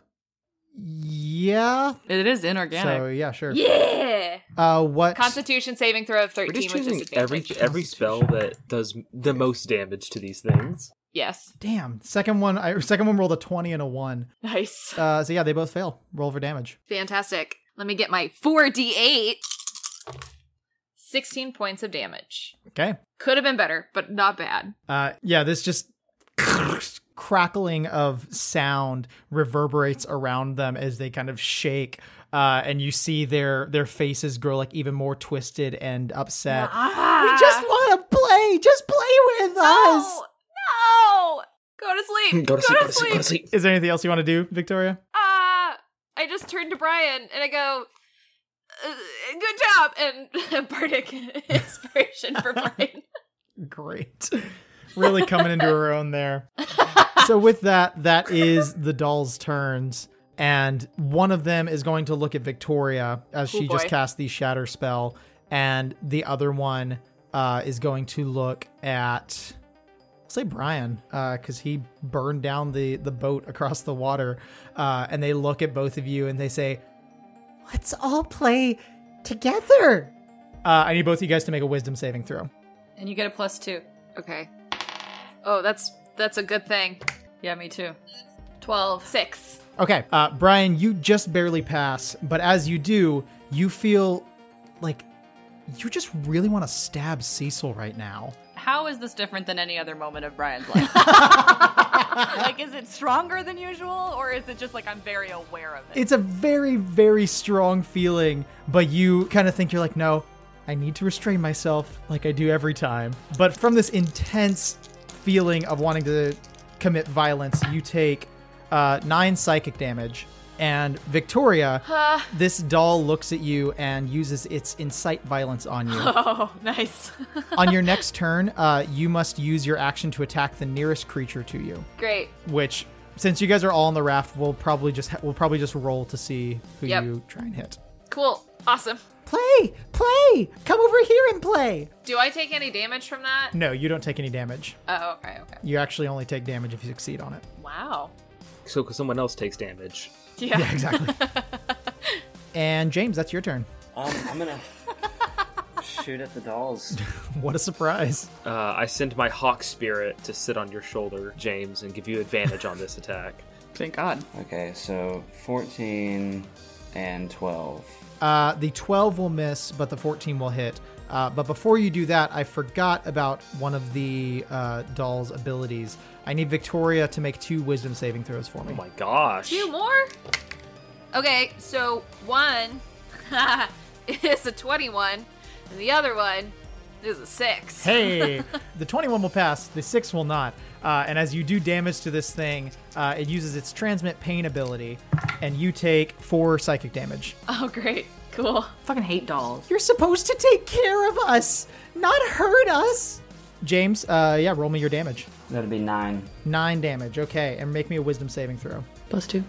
[SPEAKER 1] yeah.
[SPEAKER 4] it is
[SPEAKER 1] So
[SPEAKER 4] inorganic.
[SPEAKER 1] yeah, sure.
[SPEAKER 2] Yeah.
[SPEAKER 1] Uh, what?
[SPEAKER 2] Constitution saving throw of
[SPEAKER 3] We're
[SPEAKER 2] 13
[SPEAKER 3] just
[SPEAKER 2] with
[SPEAKER 3] choosing every
[SPEAKER 2] disadvantage.
[SPEAKER 3] every spell that does the most damage to these things.
[SPEAKER 2] yes.
[SPEAKER 1] Damn. Second one. I second one rolled a twenty and a one.
[SPEAKER 2] Nice.
[SPEAKER 1] Uh, so yeah, they both fail. Roll for damage.
[SPEAKER 2] Fantastic. Let me get my 4d8. 16 points of damage.
[SPEAKER 1] Okay.
[SPEAKER 2] Could have been better, but not bad.
[SPEAKER 1] Uh, yeah. This just crackling of sound reverberates around them as they kind of shake. Uh, and you see their their faces grow like even more twisted and upset. We
[SPEAKER 3] Ah.
[SPEAKER 1] just want to play. Just play with us.
[SPEAKER 2] No! No! Go to sleep.
[SPEAKER 3] go to sleep. Go to sleep. Go to sleep.
[SPEAKER 1] Is there anything else you want to do, Victoria?
[SPEAKER 2] Ah! I just turned to Brian and I go, "Uh, good job. And Bardic inspiration for Brian.
[SPEAKER 1] Great. Really coming into her own there. So with that, that is the doll's turns. And one of them is going to look at Victoria as
[SPEAKER 2] Oh,
[SPEAKER 1] she just
[SPEAKER 2] boy.
[SPEAKER 1] cast the shatter spell. And the other one uh, is going to look at I'll say Brian, because he burned down the, the boat across the water. Uh, and they look at both of you and they say, Let's all play together. Uh, I need both of you guys to make a wisdom saving throw.
[SPEAKER 4] and you get a plus two.
[SPEAKER 2] Okay. Oh, that's that's a good thing.
[SPEAKER 4] Yeah, me too. 12.
[SPEAKER 2] Six.
[SPEAKER 1] Okay, uh, Brian, you just barely pass, but as you do, you feel like you just really want to stab Cecil right now.
[SPEAKER 4] How is this different than any other moment of Brian's life? like, is it stronger than usual, or is it just like I'm very aware of it?
[SPEAKER 1] It's a very, very strong feeling, but you kind of think you're like, no, I need to restrain myself like I do every time. But from this intense feeling of wanting to commit violence, you take uh, nine psychic damage. And Victoria, this doll looks at you and uses its incite violence on you.
[SPEAKER 2] Oh, nice.
[SPEAKER 1] on your next turn, uh, you must use your action to attack the nearest creature to you
[SPEAKER 2] Great.
[SPEAKER 1] which since you guys are all on the raft, we'll probably just ha- we'll probably just roll to see who
[SPEAKER 2] Yep.
[SPEAKER 1] you try and hit.
[SPEAKER 2] Cool. Awesome.
[SPEAKER 1] Play, play, come over here and play.
[SPEAKER 2] Do I take any damage from that?
[SPEAKER 1] No, you don't take any damage.
[SPEAKER 4] Uh.
[SPEAKER 2] Oh, okay, okay.
[SPEAKER 1] You actually only take damage if you succeed on it.
[SPEAKER 2] Wow.
[SPEAKER 3] So, because someone else takes damage.
[SPEAKER 2] Yeah.
[SPEAKER 1] Exactly. and James, that's your turn.
[SPEAKER 5] Um, I'm gonna shoot at the dolls.
[SPEAKER 1] What a surprise!
[SPEAKER 3] Uh, I send my hawk spirit to sit on your shoulder, James, and give you advantage on this attack.
[SPEAKER 4] Thank God.
[SPEAKER 5] Okay, so 14 and 12.
[SPEAKER 1] Uh, the 12 will miss, but the 14 will hit. Uh, but before you do that, I forgot about one of the uh, doll's abilities. I need Victoria to make two wisdom saving throws for me.
[SPEAKER 3] Oh my gosh.
[SPEAKER 2] Two more? Okay, so one is a 21, and the other one is a 6.
[SPEAKER 1] hey the 21 will pass the 6 will not uh, and as you do damage to this thing uh, it uses its transmit pain ability and you take 4 psychic damage
[SPEAKER 2] Oh, great. Cool.
[SPEAKER 4] Fucking hate dolls.
[SPEAKER 1] you're supposed to take care of us not hurt us james uh, yeah roll me your damage
[SPEAKER 5] That'd be 9.
[SPEAKER 1] 9 damage okay and make me a wisdom saving throw
[SPEAKER 4] Plus two.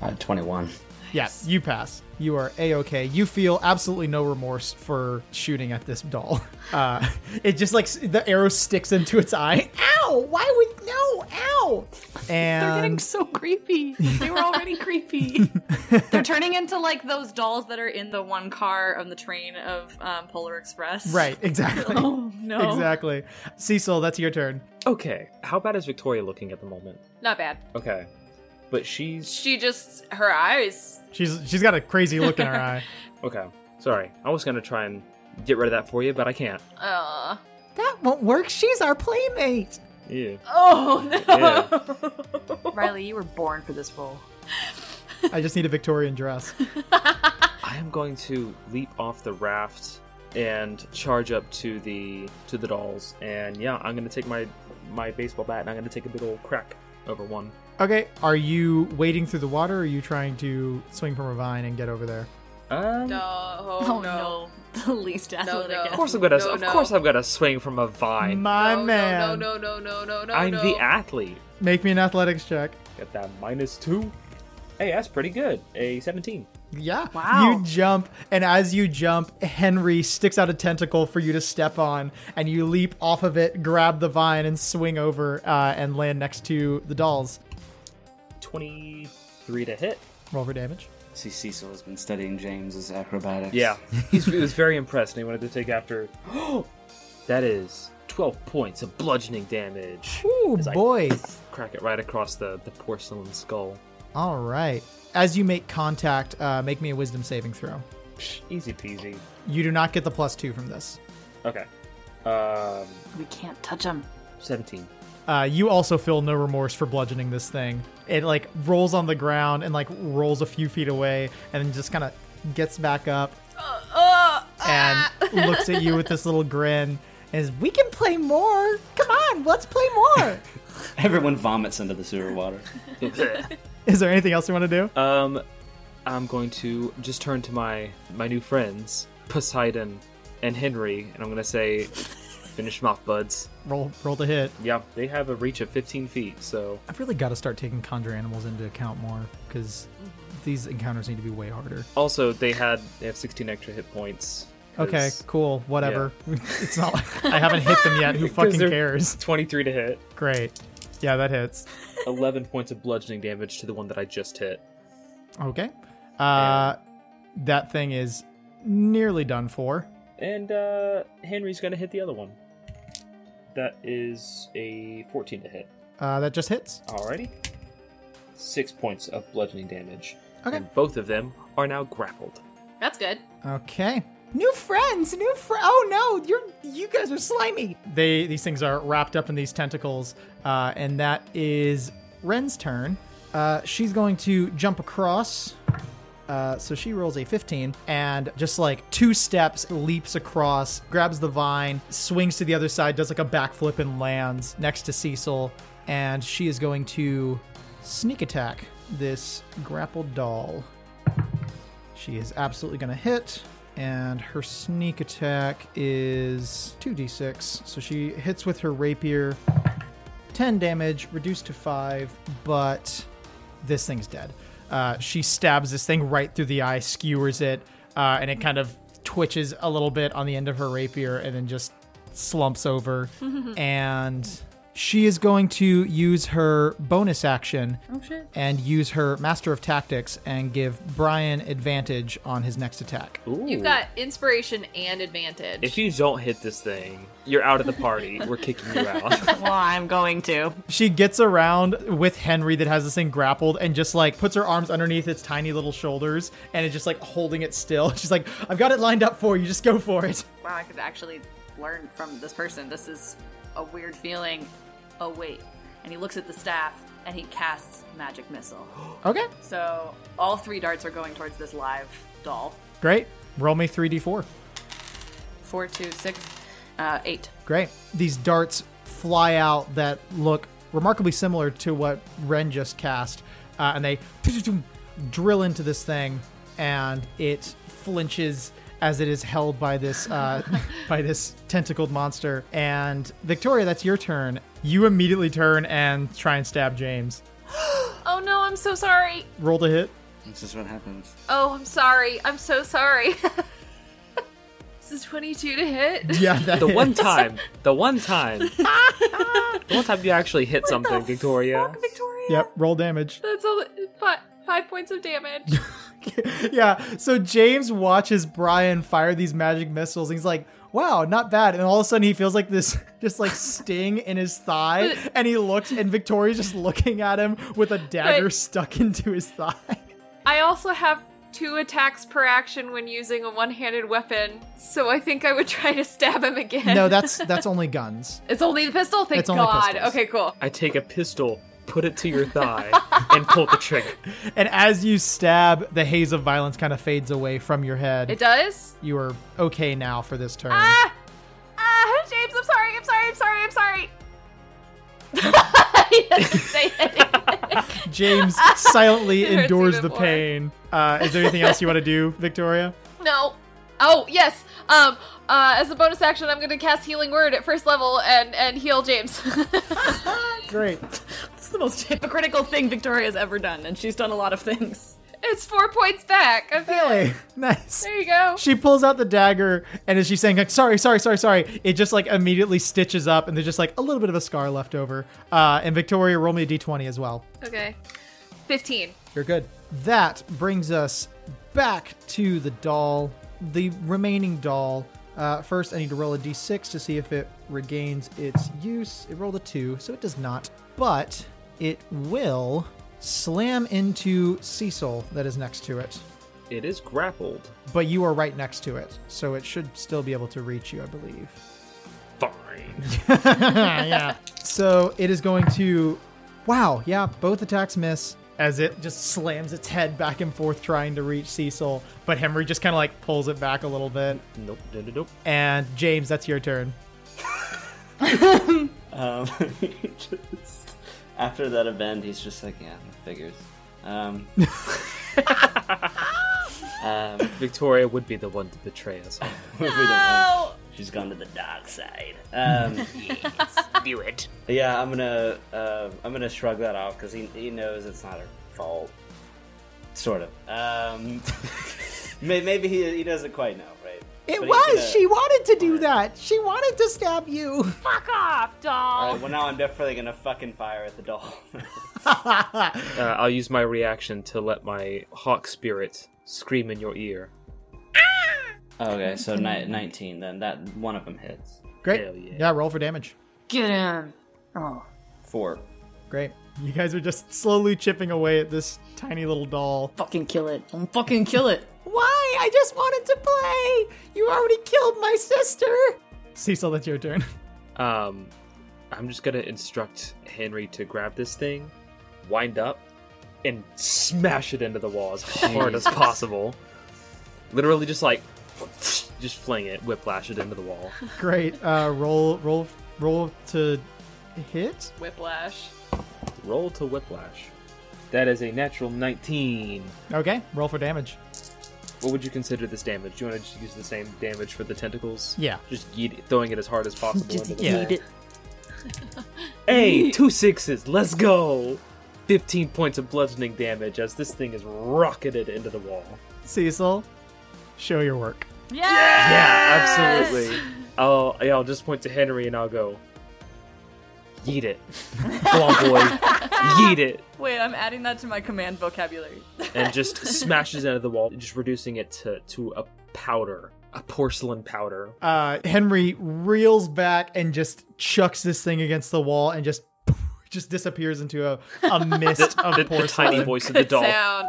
[SPEAKER 5] Uh, 21.
[SPEAKER 1] yes you pass you are a-ok you feel absolutely no remorse for shooting at this doll uh, it just like s- the arrow sticks into its eye ow why would no ow and
[SPEAKER 4] They're getting so creepy. They were already creepy. They're turning into like those dolls that are in the one car on the train of um, Polar Express.
[SPEAKER 1] Right, exactly.
[SPEAKER 4] Oh no.
[SPEAKER 1] Exactly. Cecil, that's your turn.
[SPEAKER 3] Okay. How bad is Victoria looking at the moment?
[SPEAKER 2] Not bad.
[SPEAKER 3] Okay. But she's.
[SPEAKER 2] She just, her eyes.
[SPEAKER 1] She's she's got a crazy look in her eye.
[SPEAKER 3] Okay. Sorry. I was going to try and get rid of that for you, but I can't.
[SPEAKER 2] Uh,
[SPEAKER 1] That won't work. She's our playmate.
[SPEAKER 3] Yeah.
[SPEAKER 2] oh, no.
[SPEAKER 4] Riley, you were born for this role.
[SPEAKER 1] I just need a Victorian dress.
[SPEAKER 3] I am going to leap off the raft and charge up to the to the dolls, and yeah, I'm going to take my my baseball bat and I'm going to take a big old crack over one.
[SPEAKER 1] Okay, are you wading through the water or are you trying to swing from a vine and get over there?
[SPEAKER 3] Um,
[SPEAKER 2] No.
[SPEAKER 4] Oh, no. The least athletic.
[SPEAKER 2] no.
[SPEAKER 3] Of course I'm gonna.
[SPEAKER 2] No,
[SPEAKER 3] of
[SPEAKER 2] no.
[SPEAKER 3] course I'm gonna swing from a vine.
[SPEAKER 1] My
[SPEAKER 2] no,
[SPEAKER 1] Ah, man.
[SPEAKER 2] No, no, no, no, no, no.
[SPEAKER 3] I'm
[SPEAKER 2] no.
[SPEAKER 3] the athlete.
[SPEAKER 1] Make me an athletics check.
[SPEAKER 3] Get that minus two. Hey, that's pretty good. A 17.
[SPEAKER 1] Yeah.
[SPEAKER 4] Wow.
[SPEAKER 1] You jump, and as you jump, Henry sticks out a tentacle for you to step on, and you leap off of it, grab the vine, and swing over uh, and land next to the dolls.
[SPEAKER 3] 23 to hit.
[SPEAKER 1] Roll for damage.
[SPEAKER 5] See, Cecil has been studying James's acrobatics.
[SPEAKER 3] Yeah, He's, he was very impressed, and he wanted to take after. that is 12 points of bludgeoning damage.
[SPEAKER 1] Ooh,
[SPEAKER 3] As I
[SPEAKER 1] boy.
[SPEAKER 3] crack it right across the, the porcelain skull.
[SPEAKER 1] All right. As you make contact, uh, make me a wisdom saving throw.
[SPEAKER 3] Psh, easy peasy.
[SPEAKER 1] You do not get the plus two from this.
[SPEAKER 3] Okay. Um,
[SPEAKER 4] We can't touch them.
[SPEAKER 3] 17.
[SPEAKER 1] Uh, you also feel no remorse for bludgeoning this thing. It like rolls on the ground and like rolls a few feet away and then just kind of gets back up
[SPEAKER 2] Oh, ah.
[SPEAKER 1] and looks at you with this little grin and says, We can play more. Come on, let's play more.
[SPEAKER 5] Everyone vomits into the sewer water.
[SPEAKER 1] Is there anything else you want to do?
[SPEAKER 3] Um, I'm going to just turn to my my new friends, Poseidon and Henry, and I'm gonna say, finish them off, buds.
[SPEAKER 1] roll roll to hit.
[SPEAKER 3] Yeah, they have a reach of 15 feet, so
[SPEAKER 1] I've really got to start taking conjure animals into account more because these encounters need to be way harder.
[SPEAKER 3] also they had they have 16 extra hit points. 'cause-
[SPEAKER 1] Okay, cool, whatever. it's not like I haven't hit them yet. Who
[SPEAKER 3] 'cause
[SPEAKER 1] fucking
[SPEAKER 3] they're
[SPEAKER 1] cares?
[SPEAKER 3] 23 to hit.
[SPEAKER 1] Great. Yeah, that hits.
[SPEAKER 3] 11 points of bludgeoning damage to the one that I just hit.
[SPEAKER 1] Okay. Uh, that thing is nearly done for.
[SPEAKER 3] And uh, Henry's gonna hit the other one. That is a 14 to hit.
[SPEAKER 1] Uh, that just hits.
[SPEAKER 3] Alrighty. Six points of bludgeoning damage.
[SPEAKER 1] Okay.
[SPEAKER 3] And both of them are now grappled.
[SPEAKER 6] That's good.
[SPEAKER 1] Okay. New friends, new friend. Oh no, you're you guys are slimy. They these things are wrapped up in these tentacles, uh, and that is Ren's turn. Uh, she's going to jump across. Uh, so she rolls a 15 and just like two steps leaps across, grabs the vine, swings to the other side, does like a backflip and lands next to Cecil. And she is going to sneak attack this grappled doll. She is absolutely going to hit. And her sneak attack is 2d6. So she hits with her rapier. 10 damage, reduced to 5, but this thing's dead. Uh, she stabs this thing right through the eye, skewers it, uh, and it kind of twitches a little bit on the end of her rapier and then just slumps over. and she is going to use her bonus action and use her Master of Tactics and give Brian advantage on his next attack.
[SPEAKER 3] Ooh.
[SPEAKER 2] You've got inspiration and advantage.
[SPEAKER 3] If you don't hit this thing, you're out of the party. We're kicking you out.
[SPEAKER 7] Well, I'm going to.
[SPEAKER 1] She gets around with Henry that has this thing grappled and just like puts her arms underneath its tiny little shoulders and is just like holding it still. She's like, I've got it lined up for you, just go for it.
[SPEAKER 4] Wow, I could actually learn from this person. This is a weird feeling. Oh, wait. And he looks at the staff and he casts Magic Missile.
[SPEAKER 1] Okay,
[SPEAKER 4] So all three darts are going towards this live doll.
[SPEAKER 1] great. Roll me 3d4.
[SPEAKER 4] Four, two, six, uh, eight.
[SPEAKER 1] Great. These darts fly out that look remarkably similar to what Ren just cast, uh, and they drill into this thing, and it flinches as it is held by this uh, by this tentacled monster. And Victoria, that's your turn. You immediately turn and try and stab James.
[SPEAKER 2] oh no, I'm so sorry.
[SPEAKER 1] Roll to hit.
[SPEAKER 5] This is what happens.
[SPEAKER 2] Oh, I'm sorry. I'm so sorry. this is 22 to hit.
[SPEAKER 1] Yeah, that
[SPEAKER 3] the
[SPEAKER 1] hits.
[SPEAKER 3] one time, the one time, the one time you actually hit something, Victoria.
[SPEAKER 1] Yep, roll damage.
[SPEAKER 2] That's all. Five, five points of damage.
[SPEAKER 1] yeah. So James watches Brian fire these magic missiles. And he's like, "Wow, not bad." And all of a sudden, he feels like this just like sting in his thigh, and he looks, and Victoria's just looking at him with a dagger
[SPEAKER 2] But-
[SPEAKER 1] stuck into his thigh.
[SPEAKER 2] I also have two attacks per action when using a one-handed weapon, so I think I would try to stab him again.
[SPEAKER 1] no, that's that's only guns.
[SPEAKER 2] it's only the pistol. Thank
[SPEAKER 1] It's only
[SPEAKER 2] God.
[SPEAKER 1] pistols.
[SPEAKER 2] Okay, cool.
[SPEAKER 3] I take a pistol, put it to your thigh, and pull the trigger.
[SPEAKER 1] And as you stab, the haze of violence kind of fades away from your head.
[SPEAKER 2] It does.
[SPEAKER 1] you are okay now for this turn.
[SPEAKER 2] Ah, ah, James, I'm sorry. I'm sorry. I'm sorry. I'm sorry.
[SPEAKER 6] he doesn't say anything.
[SPEAKER 1] James silently
[SPEAKER 2] hurts
[SPEAKER 1] endures
[SPEAKER 2] even
[SPEAKER 1] the
[SPEAKER 2] more.
[SPEAKER 1] pain. Uh, is there anything else you want to do, Victoria?
[SPEAKER 2] No. Oh yes. Um. Uh. As a bonus action, I'm going to cast Healing Word at first level and and heal James.
[SPEAKER 1] Great.
[SPEAKER 7] It's the most hypocritical thing Victoria's ever done, and she's done a lot of things.
[SPEAKER 2] it's four points back. Okay.
[SPEAKER 1] Really nice.
[SPEAKER 2] There you go.
[SPEAKER 1] she pulls out the dagger and as she's saying like sorry sorry sorry sorry it just like immediately stitches up and there's just like a little bit of a scar left over uh, and victoria roll me a d20 as well
[SPEAKER 2] Okay. Fifteen.
[SPEAKER 1] you're good that brings us back to the doll the remaining doll uh, first i need to roll a d6 to see if it regains its use it rolled a 2 so it does not but it will slam into cecil that is next to it
[SPEAKER 3] It is grappled.
[SPEAKER 1] but you are right next to it, so it should still be able to reach you, I believe.
[SPEAKER 3] Fine.
[SPEAKER 1] yeah. So it is going to. Wow. Yeah. Both attacks miss as it just slams its head back and forth trying to reach Cecil, but Henry just kind of like pulls it back a little bit.
[SPEAKER 3] Nope, nope, nope, nope.
[SPEAKER 1] And James, that's your turn.
[SPEAKER 5] Um, he just, after that event, he's just like, yeah, figures. Um, um,
[SPEAKER 3] Victoria would be the one to betray us.
[SPEAKER 5] we don't know. she's gone to the dark side. Um,
[SPEAKER 3] Do it.
[SPEAKER 5] yeah, I'm gonna uh, I'm gonna shrug that off because he, he knows it's not her fault. Sort of. Um, may- maybe he, he doesn't quite know, right?
[SPEAKER 1] It
[SPEAKER 5] But he's
[SPEAKER 1] was.
[SPEAKER 5] gonna-
[SPEAKER 1] She wanted to do
[SPEAKER 5] Alright.
[SPEAKER 1] that. She wanted to stab you.
[SPEAKER 5] Alright, well, now I'm definitely gonna fucking fire at the doll.
[SPEAKER 3] Uh, I'll use my reaction to let my hawk spirit scream in your ear.
[SPEAKER 5] okay, so ni- 19 then. That one of them hits.
[SPEAKER 1] Great.
[SPEAKER 3] Hell yeah.
[SPEAKER 1] yeah. Roll for damage.
[SPEAKER 4] Get him. Oh.
[SPEAKER 5] Four.
[SPEAKER 1] Great. You guys are just slowly chipping away at this tiny little doll.
[SPEAKER 7] Fucking kill it. Fucking kill it.
[SPEAKER 1] Why? I just wanted to play! You already killed my sister! Cecil, that's your turn.
[SPEAKER 3] Um, I'm just gonna instruct Henry to grab this thing, wind up, and smash it into the wall as hard as possible. Literally, just like just fling it, whiplash it into the wall.
[SPEAKER 1] Great. Uh, roll, roll, roll to hit.
[SPEAKER 4] Whiplash.
[SPEAKER 3] Roll to whiplash. That is a natural 19.
[SPEAKER 1] Okay. Roll for damage.
[SPEAKER 3] What would you consider this damage? Do you want to just use the same damage for the tentacles?
[SPEAKER 1] Yeah.
[SPEAKER 3] Just yeet, throwing it as hard as possible into the
[SPEAKER 1] yeah.
[SPEAKER 3] wall. Hey, two sixes, let's go! 15 points of bludgeoning damage as this thing is rocketed into the wall.
[SPEAKER 1] Cecil, show your work.
[SPEAKER 3] Yeah, absolutely. I'll, yeah, I'll just point to Henry and I'll go, yeet it. Come on, boy, yeet it.
[SPEAKER 4] Wait, I'm adding that to my command vocabulary.
[SPEAKER 3] And just smashes into the wall, just reducing it to, to a powder, a porcelain powder.
[SPEAKER 1] Uh, Henry reels back and just chucks this thing against the wall and just just disappears into a, a mist of
[SPEAKER 3] The, the
[SPEAKER 1] porcelain
[SPEAKER 3] tiny voice of the doll.
[SPEAKER 2] Sound.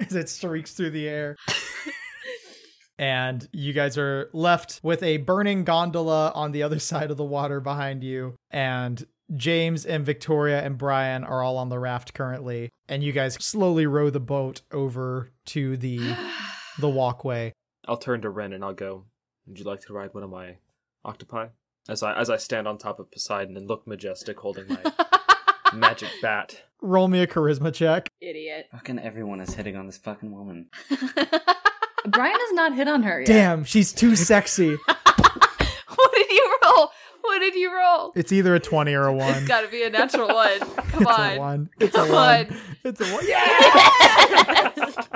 [SPEAKER 1] as it streaks through the air. and you guys are left with a burning gondola on the other side of the water behind you. And James and Victoria and Brian are all on the raft currently. And you guys slowly row the boat over to the the walkway.
[SPEAKER 3] I'll turn to Ren and I'll go, Would you like to ride one of my octopi? As I as I stand on top of Poseidon and look majestic holding my magic bat.
[SPEAKER 1] Roll me a charisma check.
[SPEAKER 2] Idiot.
[SPEAKER 5] Fucking everyone is hitting on this fucking woman.
[SPEAKER 4] Brian has not hit on her yet.
[SPEAKER 1] Damn, she's too sexy.
[SPEAKER 2] What did you roll? What did you roll?
[SPEAKER 1] It's either a 20 or a 1.
[SPEAKER 2] It's gotta be a natural one. Come
[SPEAKER 1] It's
[SPEAKER 2] on.
[SPEAKER 1] a one. It's
[SPEAKER 2] Come
[SPEAKER 1] a one.
[SPEAKER 2] on.
[SPEAKER 1] It's a one.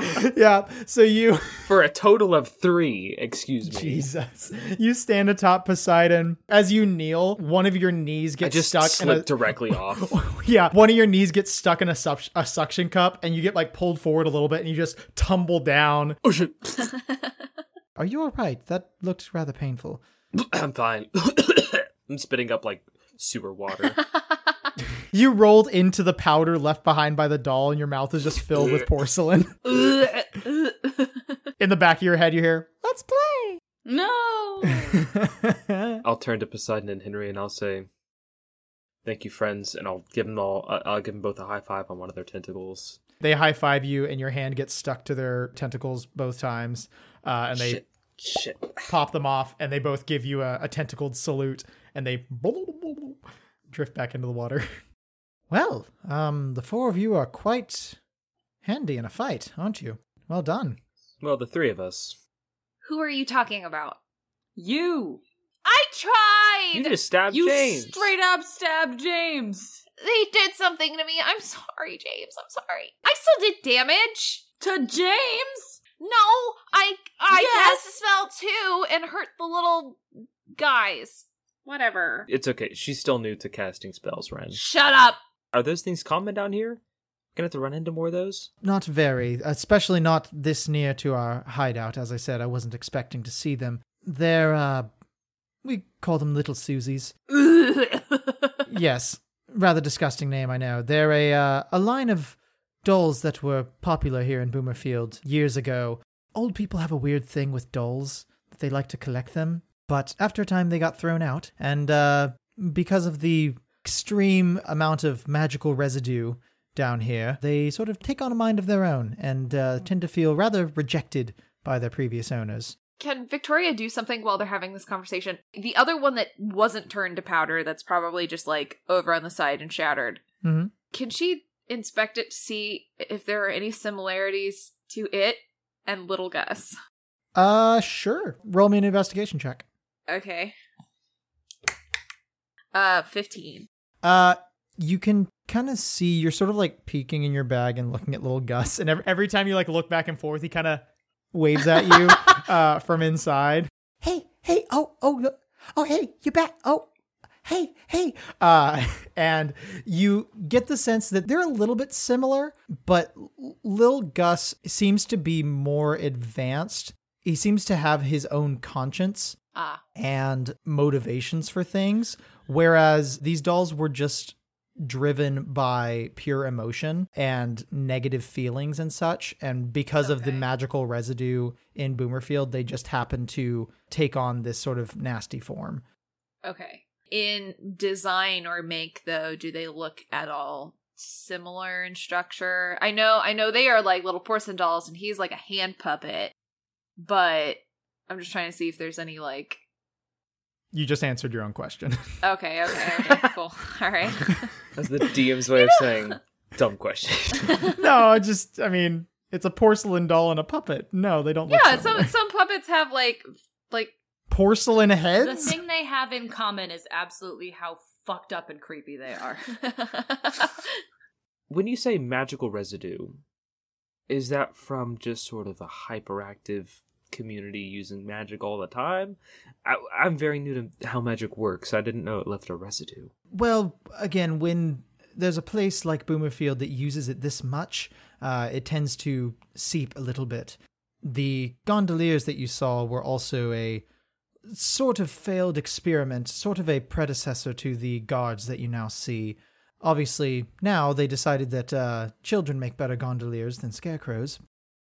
[SPEAKER 1] Yeah. yeah. So you
[SPEAKER 3] For a total of three, excuse me.
[SPEAKER 1] Jesus. You stand atop Poseidon. As you kneel, one of your knees
[SPEAKER 3] I
[SPEAKER 1] gets
[SPEAKER 3] just
[SPEAKER 1] stuck in a
[SPEAKER 3] slipped directly off.
[SPEAKER 1] yeah, one of your knees gets stuck in a, sup- a suction cup, and you get like pulled forward a little bit, and you just tumble down.
[SPEAKER 3] Oh shit.
[SPEAKER 1] Are you all right? That looked rather painful.
[SPEAKER 3] I'm fine. I'm spitting up like sewer water.
[SPEAKER 1] You rolled into the powder left behind by the doll, and your mouth is just filled with porcelain. in the back of your head, you hear, "Let's
[SPEAKER 4] No.
[SPEAKER 1] play."
[SPEAKER 3] I'll turn to Poseidon and Henry and I'll say, "Thank you, friends," and I'll give them all. I- I'll give them both a high five on one of their tentacles.
[SPEAKER 1] they high five you, and your hand gets stuck to their tentacles both times, uh, and they
[SPEAKER 3] shit, shit.
[SPEAKER 1] pop them off, and they both give you a, a tentacled salute, and they drift back into the water. Well, um, the four of you are quite handy in a fight, aren't you? Well done.
[SPEAKER 3] Well, the three of us.
[SPEAKER 6] Who are you talking about?
[SPEAKER 4] you
[SPEAKER 6] I tried.
[SPEAKER 3] You just stabbed
[SPEAKER 4] you
[SPEAKER 3] James.
[SPEAKER 4] straight up stabbed James
[SPEAKER 6] They did something to me. I'm sorry, James. I'm sorry. I still did damage.
[SPEAKER 4] to James.
[SPEAKER 6] No, I I
[SPEAKER 4] Yes.
[SPEAKER 6] cast a spell too and hurt the little guys. Whatever.
[SPEAKER 3] It's okay. She's still new to casting spells, Ren.
[SPEAKER 6] Shut up.
[SPEAKER 3] Are those things common down here? Gonna have to run into more of those?
[SPEAKER 1] Not very, especially not this near to our hideout. As I said, I wasn't expecting to see them. They're, uh, we call them Little Susies. yes, rather disgusting name, I know. They're a uh, a line of dolls that were popular here in Boomerfield years ago. Old people have a weird thing with dolls that they like to collect them, but after a time they got thrown out, and uh, because of the extreme amount of magical residue down here, they sort of take on a mind of their own and uh, tend to feel rather rejected by their previous owners.
[SPEAKER 2] Can Victoria do something while they're having this conversation? The other one that wasn't turned to powder, that's probably just like over on the side and shattered.
[SPEAKER 1] Mhm.
[SPEAKER 2] Can she inspect it to see if there are any similarities to it and Little Gus?
[SPEAKER 1] Uh, sure. Roll me an investigation check.
[SPEAKER 2] Okay. Uh, 15.
[SPEAKER 1] Uh, you can kind of see you're sort of like peeking in your bag and looking at little Gus, and every, every time you like look back and forth, he kind of waves at you uh, from inside. Hey, hey, oh, oh, look. oh, hey, you back? Oh, hey, hey. Uh, and you get the sense that they're a little bit similar, but L- little Gus seems to be more advanced. He seems to have his own conscience
[SPEAKER 2] Ah.
[SPEAKER 1] and motivations for things, Whereas these dolls were just driven by pure emotion and negative feelings and such. And because of the
[SPEAKER 4] Okay.
[SPEAKER 1] magical residue in Boomerfield, they just happened to take on this sort of nasty form.
[SPEAKER 2] Okay. In design or make though, do they look at all similar in structure? I know I know they are like little porcelain dolls and he's like a hand puppet, but I'm just trying to see if there's any like
[SPEAKER 1] You just answered your own question.
[SPEAKER 2] Okay, okay, okay, cool. All right.
[SPEAKER 3] That's the DM's way of saying dumb question.
[SPEAKER 1] no, I just, I mean, it's a porcelain doll and a puppet. No, they don't.
[SPEAKER 2] Yeah,
[SPEAKER 1] look similar.
[SPEAKER 2] some some puppets have like like
[SPEAKER 1] porcelain
[SPEAKER 4] The
[SPEAKER 1] heads.
[SPEAKER 4] thing they have in common is absolutely how fucked up and creepy they are.
[SPEAKER 3] when you say magical residue, is that from just sort of a hyperactive community using magic all the time? I, I'm very new to how magic works. I didn't know it left a residue.
[SPEAKER 1] Well, again, when there's a place like Boomerfield that uses it this much, uh, it tends to seep a little bit. The gondoliers that you saw were also a sort of failed experiment, sort of a predecessor to the guards that you now see. Obviously, now they decided that uh, children make better gondoliers than scarecrows.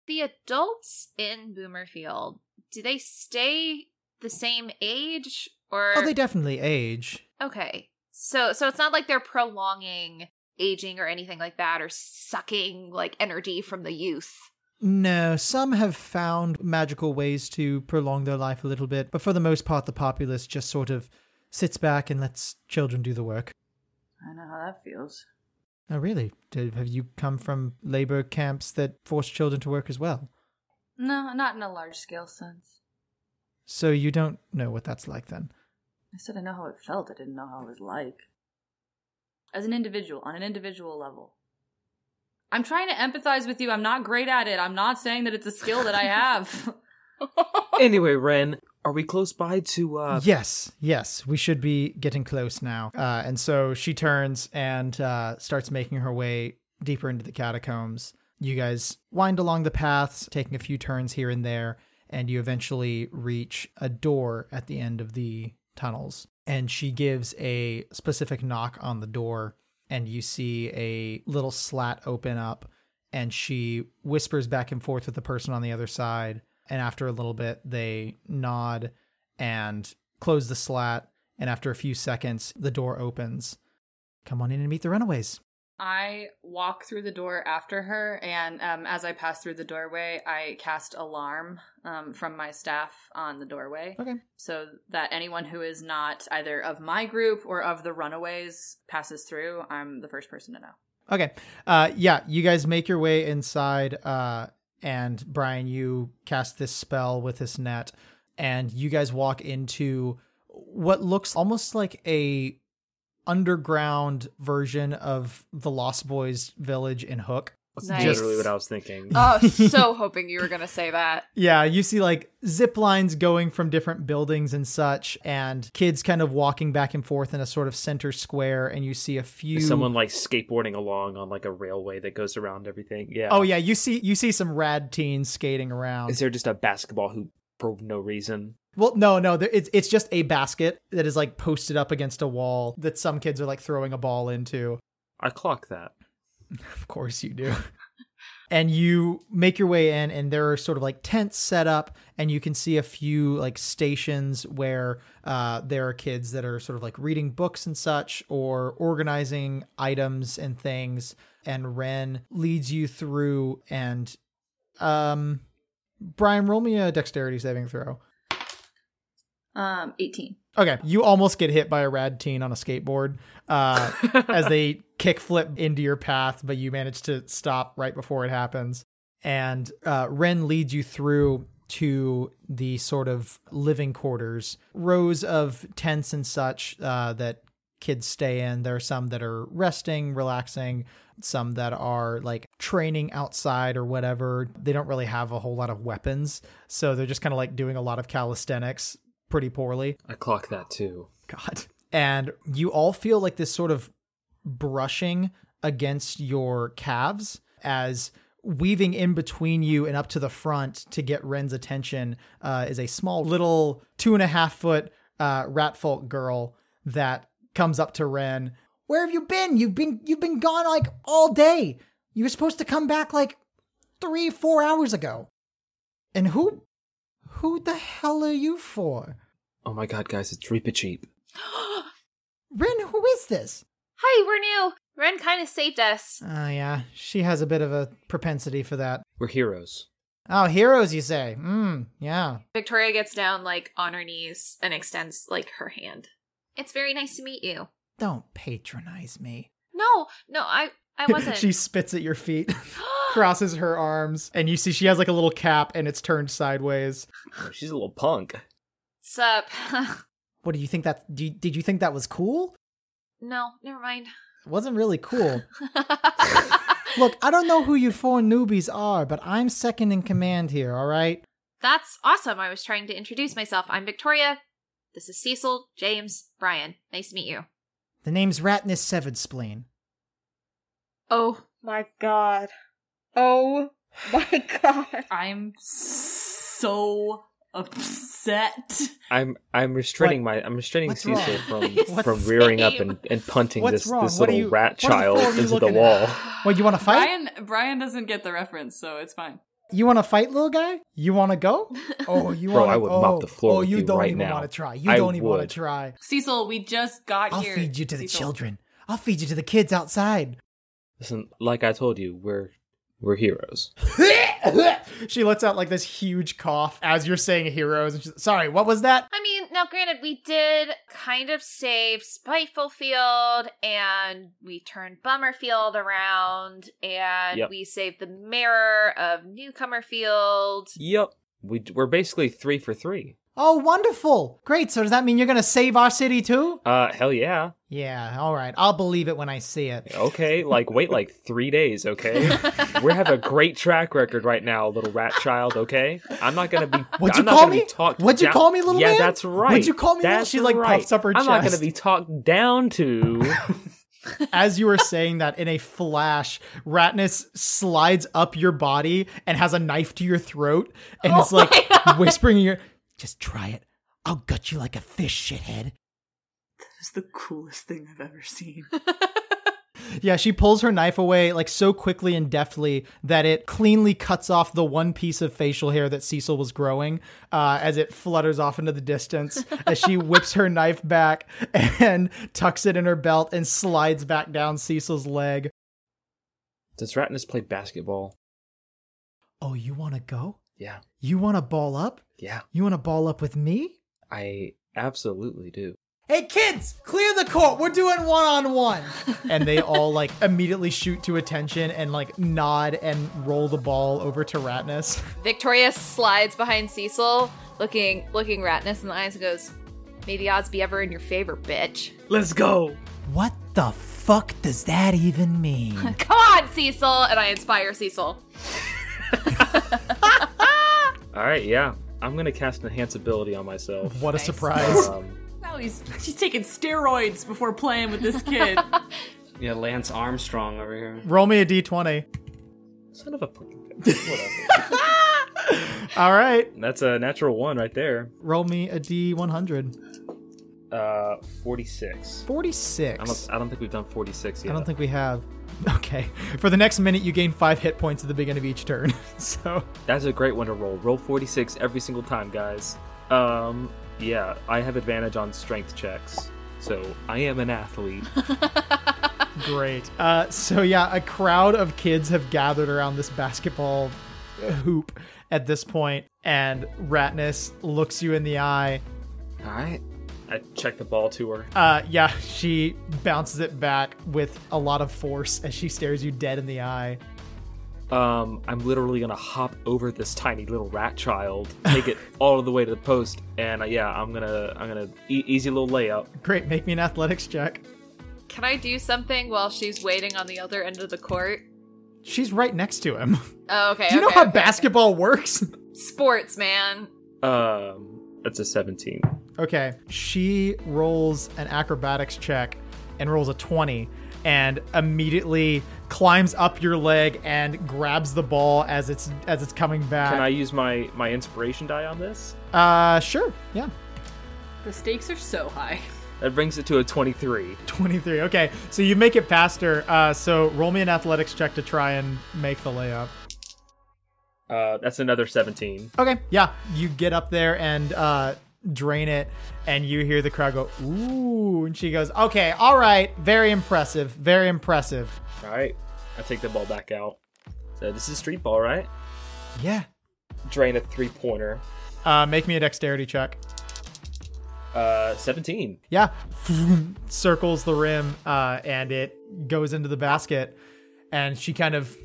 [SPEAKER 6] The adults in Boomerfield, do they stay the same age or
[SPEAKER 1] Oh, they definitely age.
[SPEAKER 6] Okay. So so it's not like they're prolonging aging or anything like that or sucking like energy from the youth.
[SPEAKER 1] No, some have found magical ways to prolong their life a little bit, but for the most part, the populace just sort of sits back and lets children do the work.
[SPEAKER 4] I know how that feels.
[SPEAKER 1] Oh, really? Did, have you come from labor camps that force children to work as well?
[SPEAKER 4] No, not in a large scale sense.
[SPEAKER 1] So you don't know what that's like then?
[SPEAKER 4] I said I know how it felt. I didn't know how it was like. As an individual, on an individual level. I'm trying to empathize with you. I'm not great at it. I'm not saying that it's a skill that I have.
[SPEAKER 3] Anyway, Ren, are we close by to uh
[SPEAKER 1] yes, yes, we should be getting close now. Uh, and so she turns and uh, starts making her way deeper into the catacombs. You guys wind along the paths, taking a few turns here and there, and you eventually reach a door at the end of the tunnels. And she gives a specific knock on the door, and you see a little slat open up, and she whispers back and forth with the person on the other side. And after a little bit, they nod and close the slat. And after a few seconds, the door opens. Come on in and meet the runaways.
[SPEAKER 4] I walk through the door after her, and um, as I pass through the doorway, I cast alarm um, from my staff on the doorway
[SPEAKER 1] Okay.
[SPEAKER 4] so that anyone who is not either of my group or of the runaways passes through. I'm the first person to know.
[SPEAKER 1] Okay. Uh, yeah, you guys make your way inside. Uh, and Brian, you cast this spell with this net, and you guys walk into what looks almost like a underground version of the Lost Boys village in Hook.
[SPEAKER 3] That's
[SPEAKER 2] Nice.
[SPEAKER 3] literally what I was thinking.
[SPEAKER 1] Uh,
[SPEAKER 2] oh, so hoping you were gonna say that.
[SPEAKER 1] Yeah, you see like zip lines going from different buildings and such, and kids kind of walking back and forth in a sort of center square, and you see a few.
[SPEAKER 3] Is Someone like skateboarding along on like a railway that goes around everything. Yeah.
[SPEAKER 1] Oh yeah, you see you see some rad teens skating around.
[SPEAKER 3] Is there just a basketball hoop for no reason?
[SPEAKER 1] well, no, no, there, it's it's just a basket that is like posted up against a wall that some kids are like throwing a ball into.
[SPEAKER 3] I clock that.
[SPEAKER 1] Of course you do. and you make your way in and there are sort of like tents set up and you can see a few like stations where uh, there are kids that are sort of like reading books and such or organizing items and things and ren leads you through and um brian roll me a dexterity saving throw
[SPEAKER 4] Um, 18.
[SPEAKER 1] Okay, you almost get hit by a rad teen on a skateboard uh, as they kickflip into your path, but you manage to stop right before it happens. And uh, Ren leads you through to the sort of living quarters, rows of tents and such uh, that kids stay in. There are some that are resting, relaxing, some that are like training outside or whatever. They don't really have a whole lot of weapons, so they're just kind of like doing a lot of calisthenics pretty poorly.
[SPEAKER 3] I clock that too.
[SPEAKER 1] God. And you all feel like this sort of brushing against your calves as weaving in between you and up to the front to get Ren's attention uh, is a small little two and a half foot uh, rat folk girl that comes up to Ren. Where have you been? You've been you've been gone like all day. You were supposed to come back like three, four hours ago. And who who the hell are you for?
[SPEAKER 3] Oh my god, guys, it's Reaper Cheap.
[SPEAKER 1] Ren, who is this?
[SPEAKER 6] Hi, we're new. Ren kind of saved us.
[SPEAKER 1] Oh yeah, she has a bit of a propensity for that.
[SPEAKER 3] We're heroes.
[SPEAKER 1] Oh, heroes, you say? Mm, yeah.
[SPEAKER 2] Victoria gets down like on her knees and extends like her hand.
[SPEAKER 6] It's very nice to meet you.
[SPEAKER 1] Don't patronize me.
[SPEAKER 6] No, no, I, I wasn't.
[SPEAKER 1] she spits at your feet, crosses her arms, and you see she has like a little cap and it's turned sideways.
[SPEAKER 3] Oh, She's a little punk.
[SPEAKER 2] Sup?
[SPEAKER 1] What do you think that? Do you- did you think that was cool?
[SPEAKER 6] no, never mind.
[SPEAKER 1] It wasn't really cool. Look, I don't know who you four newbies are, but I'm second in command here, all right?
[SPEAKER 6] That's awesome. I was trying to introduce myself. I'm Victoria. This is Cecil, James, Brian. Nice to meet you.
[SPEAKER 1] The name's Ratness Severed Spleen.
[SPEAKER 2] oh,
[SPEAKER 8] My god. Oh my god.
[SPEAKER 4] I'm so upset.
[SPEAKER 3] I'm I'm restraining my I'm restraining
[SPEAKER 1] What's wrong?
[SPEAKER 3] Cecil from
[SPEAKER 1] What's-
[SPEAKER 3] from rearing up and, and punting
[SPEAKER 1] What's
[SPEAKER 3] this
[SPEAKER 1] wrong?
[SPEAKER 3] this
[SPEAKER 1] What are
[SPEAKER 3] little
[SPEAKER 1] you-
[SPEAKER 3] rat
[SPEAKER 1] what are the
[SPEAKER 3] child
[SPEAKER 1] four of you
[SPEAKER 3] into the
[SPEAKER 1] looking
[SPEAKER 3] wall.
[SPEAKER 1] at? What, you want to fight?
[SPEAKER 4] Brian Brian doesn't get the reference, so it's fine.
[SPEAKER 1] You want to fight, little guy? You want to go? Oh, you
[SPEAKER 3] Bro,
[SPEAKER 1] want?
[SPEAKER 3] I would
[SPEAKER 1] oh,
[SPEAKER 3] mop the floor
[SPEAKER 1] Oh,
[SPEAKER 3] with
[SPEAKER 1] you
[SPEAKER 3] you
[SPEAKER 1] don't
[SPEAKER 3] right
[SPEAKER 1] even
[SPEAKER 3] now.
[SPEAKER 1] want to try. You
[SPEAKER 3] I
[SPEAKER 1] don't even want to
[SPEAKER 3] would.
[SPEAKER 1] try.
[SPEAKER 4] Cecil, we just got
[SPEAKER 1] I'll
[SPEAKER 4] here.
[SPEAKER 1] feed you to the
[SPEAKER 4] Cecil.
[SPEAKER 1] children. I'll feed you to the kids outside.
[SPEAKER 3] Listen, like I told you, we're we're heroes.
[SPEAKER 1] she lets out like this huge cough as you're saying heroes. And she's, Sorry, what was that?
[SPEAKER 6] I mean, now granted, we did kind of save Spiteful Field and we turned Bummerfield around and
[SPEAKER 3] Yep.
[SPEAKER 6] we saved the mirror of Newcomer Field.
[SPEAKER 3] Yep. We we're basically three for three.
[SPEAKER 1] Oh, wonderful! Great. So does that mean you're gonna save our city too?
[SPEAKER 3] Uh hell yeah.
[SPEAKER 1] Yeah. All right. I'll believe it when I see it.
[SPEAKER 3] Okay, like wait like three days, okay? we have a great track record right now, little rat child, okay? I'm not gonna be
[SPEAKER 1] What'd
[SPEAKER 3] I'm
[SPEAKER 1] you
[SPEAKER 3] not
[SPEAKER 1] call
[SPEAKER 3] gonna
[SPEAKER 1] me?
[SPEAKER 3] be talked
[SPEAKER 1] What'd you
[SPEAKER 3] down-
[SPEAKER 1] call me, little
[SPEAKER 3] yeah,
[SPEAKER 1] man?
[SPEAKER 3] that's right.
[SPEAKER 1] you call me, little-
[SPEAKER 3] That's
[SPEAKER 1] she, like,
[SPEAKER 3] right.
[SPEAKER 1] puffs up her
[SPEAKER 3] I'm not gonna
[SPEAKER 1] chest.
[SPEAKER 3] be talked down to
[SPEAKER 1] As you were saying that, in a flash, Ratness slides up your body and has a knife to your throat and is like whispering in your just try it. I'll gut you like a fish, shithead.
[SPEAKER 4] It's the coolest thing I've ever seen.
[SPEAKER 1] Yeah, she pulls her knife away like so quickly and deftly that it cleanly cuts off the one piece of facial hair that Cecil was growing uh, as it flutters off into the distance. as she whips her knife back and tucks it in her belt and slides back down Cecil's leg.
[SPEAKER 3] Does Ratness play basketball?
[SPEAKER 1] Oh, you want to go?
[SPEAKER 3] Yeah.
[SPEAKER 1] You want to ball up?
[SPEAKER 3] Yeah.
[SPEAKER 1] You want to ball up with me?
[SPEAKER 3] I absolutely do.
[SPEAKER 1] Hey kids, clear the court. We're doing one on one. And they all like immediately shoot to attention and like nod and roll the ball over to Ratness.
[SPEAKER 2] Victoria slides behind Cecil, looking looking Ratness in the eyes and goes, "May the odds be ever in your favor, bitch."
[SPEAKER 3] Let's go.
[SPEAKER 1] What the fuck does that even mean?
[SPEAKER 2] Come on, Cecil, and I inspire Cecil.
[SPEAKER 3] All right, yeah. I'm gonna cast enhance ability on myself.
[SPEAKER 1] what a surprise.
[SPEAKER 3] Um,
[SPEAKER 4] Now he's she's taking steroids before playing with this kid.
[SPEAKER 5] Yeah, Lance Armstrong over here.
[SPEAKER 1] Roll me a d20.
[SPEAKER 3] son of a fucking bitch. Whatever.
[SPEAKER 1] All right.
[SPEAKER 3] That's a natural one right there.
[SPEAKER 1] Roll me a d100.
[SPEAKER 3] Uh, 46.
[SPEAKER 1] 46.
[SPEAKER 3] I don't, I don't think we've done 46 yet.
[SPEAKER 1] I don't think we have. Okay. For the next minute, you gain five hit points at the beginning of each turn. so,
[SPEAKER 3] That's a great one to roll. Roll 46 every single time, guys. Um, yeah, I have advantage on strength checks. So I am an athlete.
[SPEAKER 1] great. Uh, so, yeah, a crowd of kids have gathered around this basketball hoop at this point, and Ratness looks you in the eye
[SPEAKER 3] All right. I check the ball to her.
[SPEAKER 1] Uh, yeah, she bounces it back with a lot of force as she stares you dead in the eye.
[SPEAKER 3] Um, I'm literally gonna hop over this tiny little rat child, take it all the way to the post, and uh, yeah, I'm gonna I'm gonna e- easy little layup.
[SPEAKER 1] Great, make me an athletics check.
[SPEAKER 2] Can I do something while she's waiting on the other end of the court?
[SPEAKER 1] She's right next to him.
[SPEAKER 2] Oh, okay.
[SPEAKER 1] Do you know
[SPEAKER 2] okay,
[SPEAKER 1] how
[SPEAKER 2] okay, okay.
[SPEAKER 1] basketball works?
[SPEAKER 2] Sports, man.
[SPEAKER 3] Um, that's a 17.
[SPEAKER 1] Okay, she rolls an acrobatics check and rolls a 20 and immediately climbs up your leg and grabs the ball as it's as it's coming
[SPEAKER 3] Can I
[SPEAKER 1] back.
[SPEAKER 3] use my my inspiration die on this?
[SPEAKER 1] I- uh, sure. Yeah.
[SPEAKER 4] the stakes are so high.
[SPEAKER 3] That brings it to a 23.
[SPEAKER 1] 23. Okay, so you make it past her. Uh, so roll me an athletics check to try and make the layup.
[SPEAKER 3] Uh, that's another 17.
[SPEAKER 1] Okay, yeah, you get up there and uh, drain it, and you hear the crowd go, ooh, and she goes, okay, all right, very impressive, very impressive.
[SPEAKER 3] All right. I take the ball back out. So this is street ball, right?
[SPEAKER 1] Yeah.
[SPEAKER 3] Drain a three pointer.
[SPEAKER 1] Uh, make me a dexterity check.
[SPEAKER 3] Uh, 17.
[SPEAKER 1] Yeah, circles the rim, uh, and it goes into the basket, and she kind of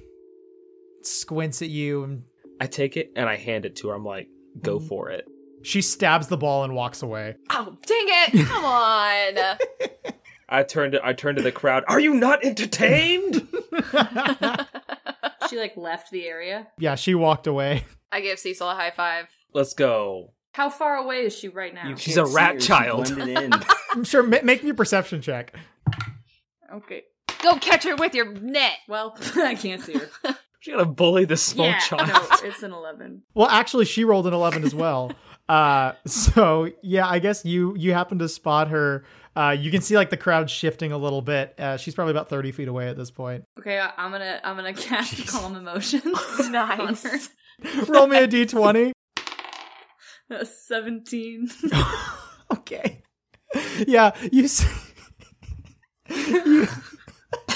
[SPEAKER 1] squints at you, and
[SPEAKER 3] I take it and I hand it to her. I'm like, go for it.
[SPEAKER 1] she stabs the ball and walks away.
[SPEAKER 2] Oh, dang it! Come on.
[SPEAKER 3] I turn to I turn to the crowd. Are you not entertained?
[SPEAKER 4] She like left the area.
[SPEAKER 1] Yeah, she walked away.
[SPEAKER 2] I give Cecil a high five.
[SPEAKER 3] Let's go.
[SPEAKER 4] How far away is she right now?
[SPEAKER 5] You
[SPEAKER 3] She's
[SPEAKER 5] can't
[SPEAKER 3] a
[SPEAKER 5] see
[SPEAKER 3] rat
[SPEAKER 5] her, she
[SPEAKER 3] child.
[SPEAKER 5] blended in.
[SPEAKER 1] I'm sure. Ma- make me a perception check.
[SPEAKER 4] Okay.
[SPEAKER 6] Go catch her with your net.
[SPEAKER 4] Well, I can't see her.
[SPEAKER 3] She gotta bully this small
[SPEAKER 6] Yeah.
[SPEAKER 3] child.
[SPEAKER 4] No, it's an eleven.
[SPEAKER 1] Well, actually, she rolled an eleven as well. Uh, so yeah, I guess you you happen to spot her. Uh, you can see like the crowd shifting a little bit. Uh, she's probably about thirty feet away at this point.
[SPEAKER 4] Okay, I- I'm gonna I'm gonna cast calm emotions. on
[SPEAKER 2] Nice.
[SPEAKER 4] her.
[SPEAKER 1] Roll me a d twenty.
[SPEAKER 4] A Seventeen.
[SPEAKER 1] Okay. Yeah, you see, you,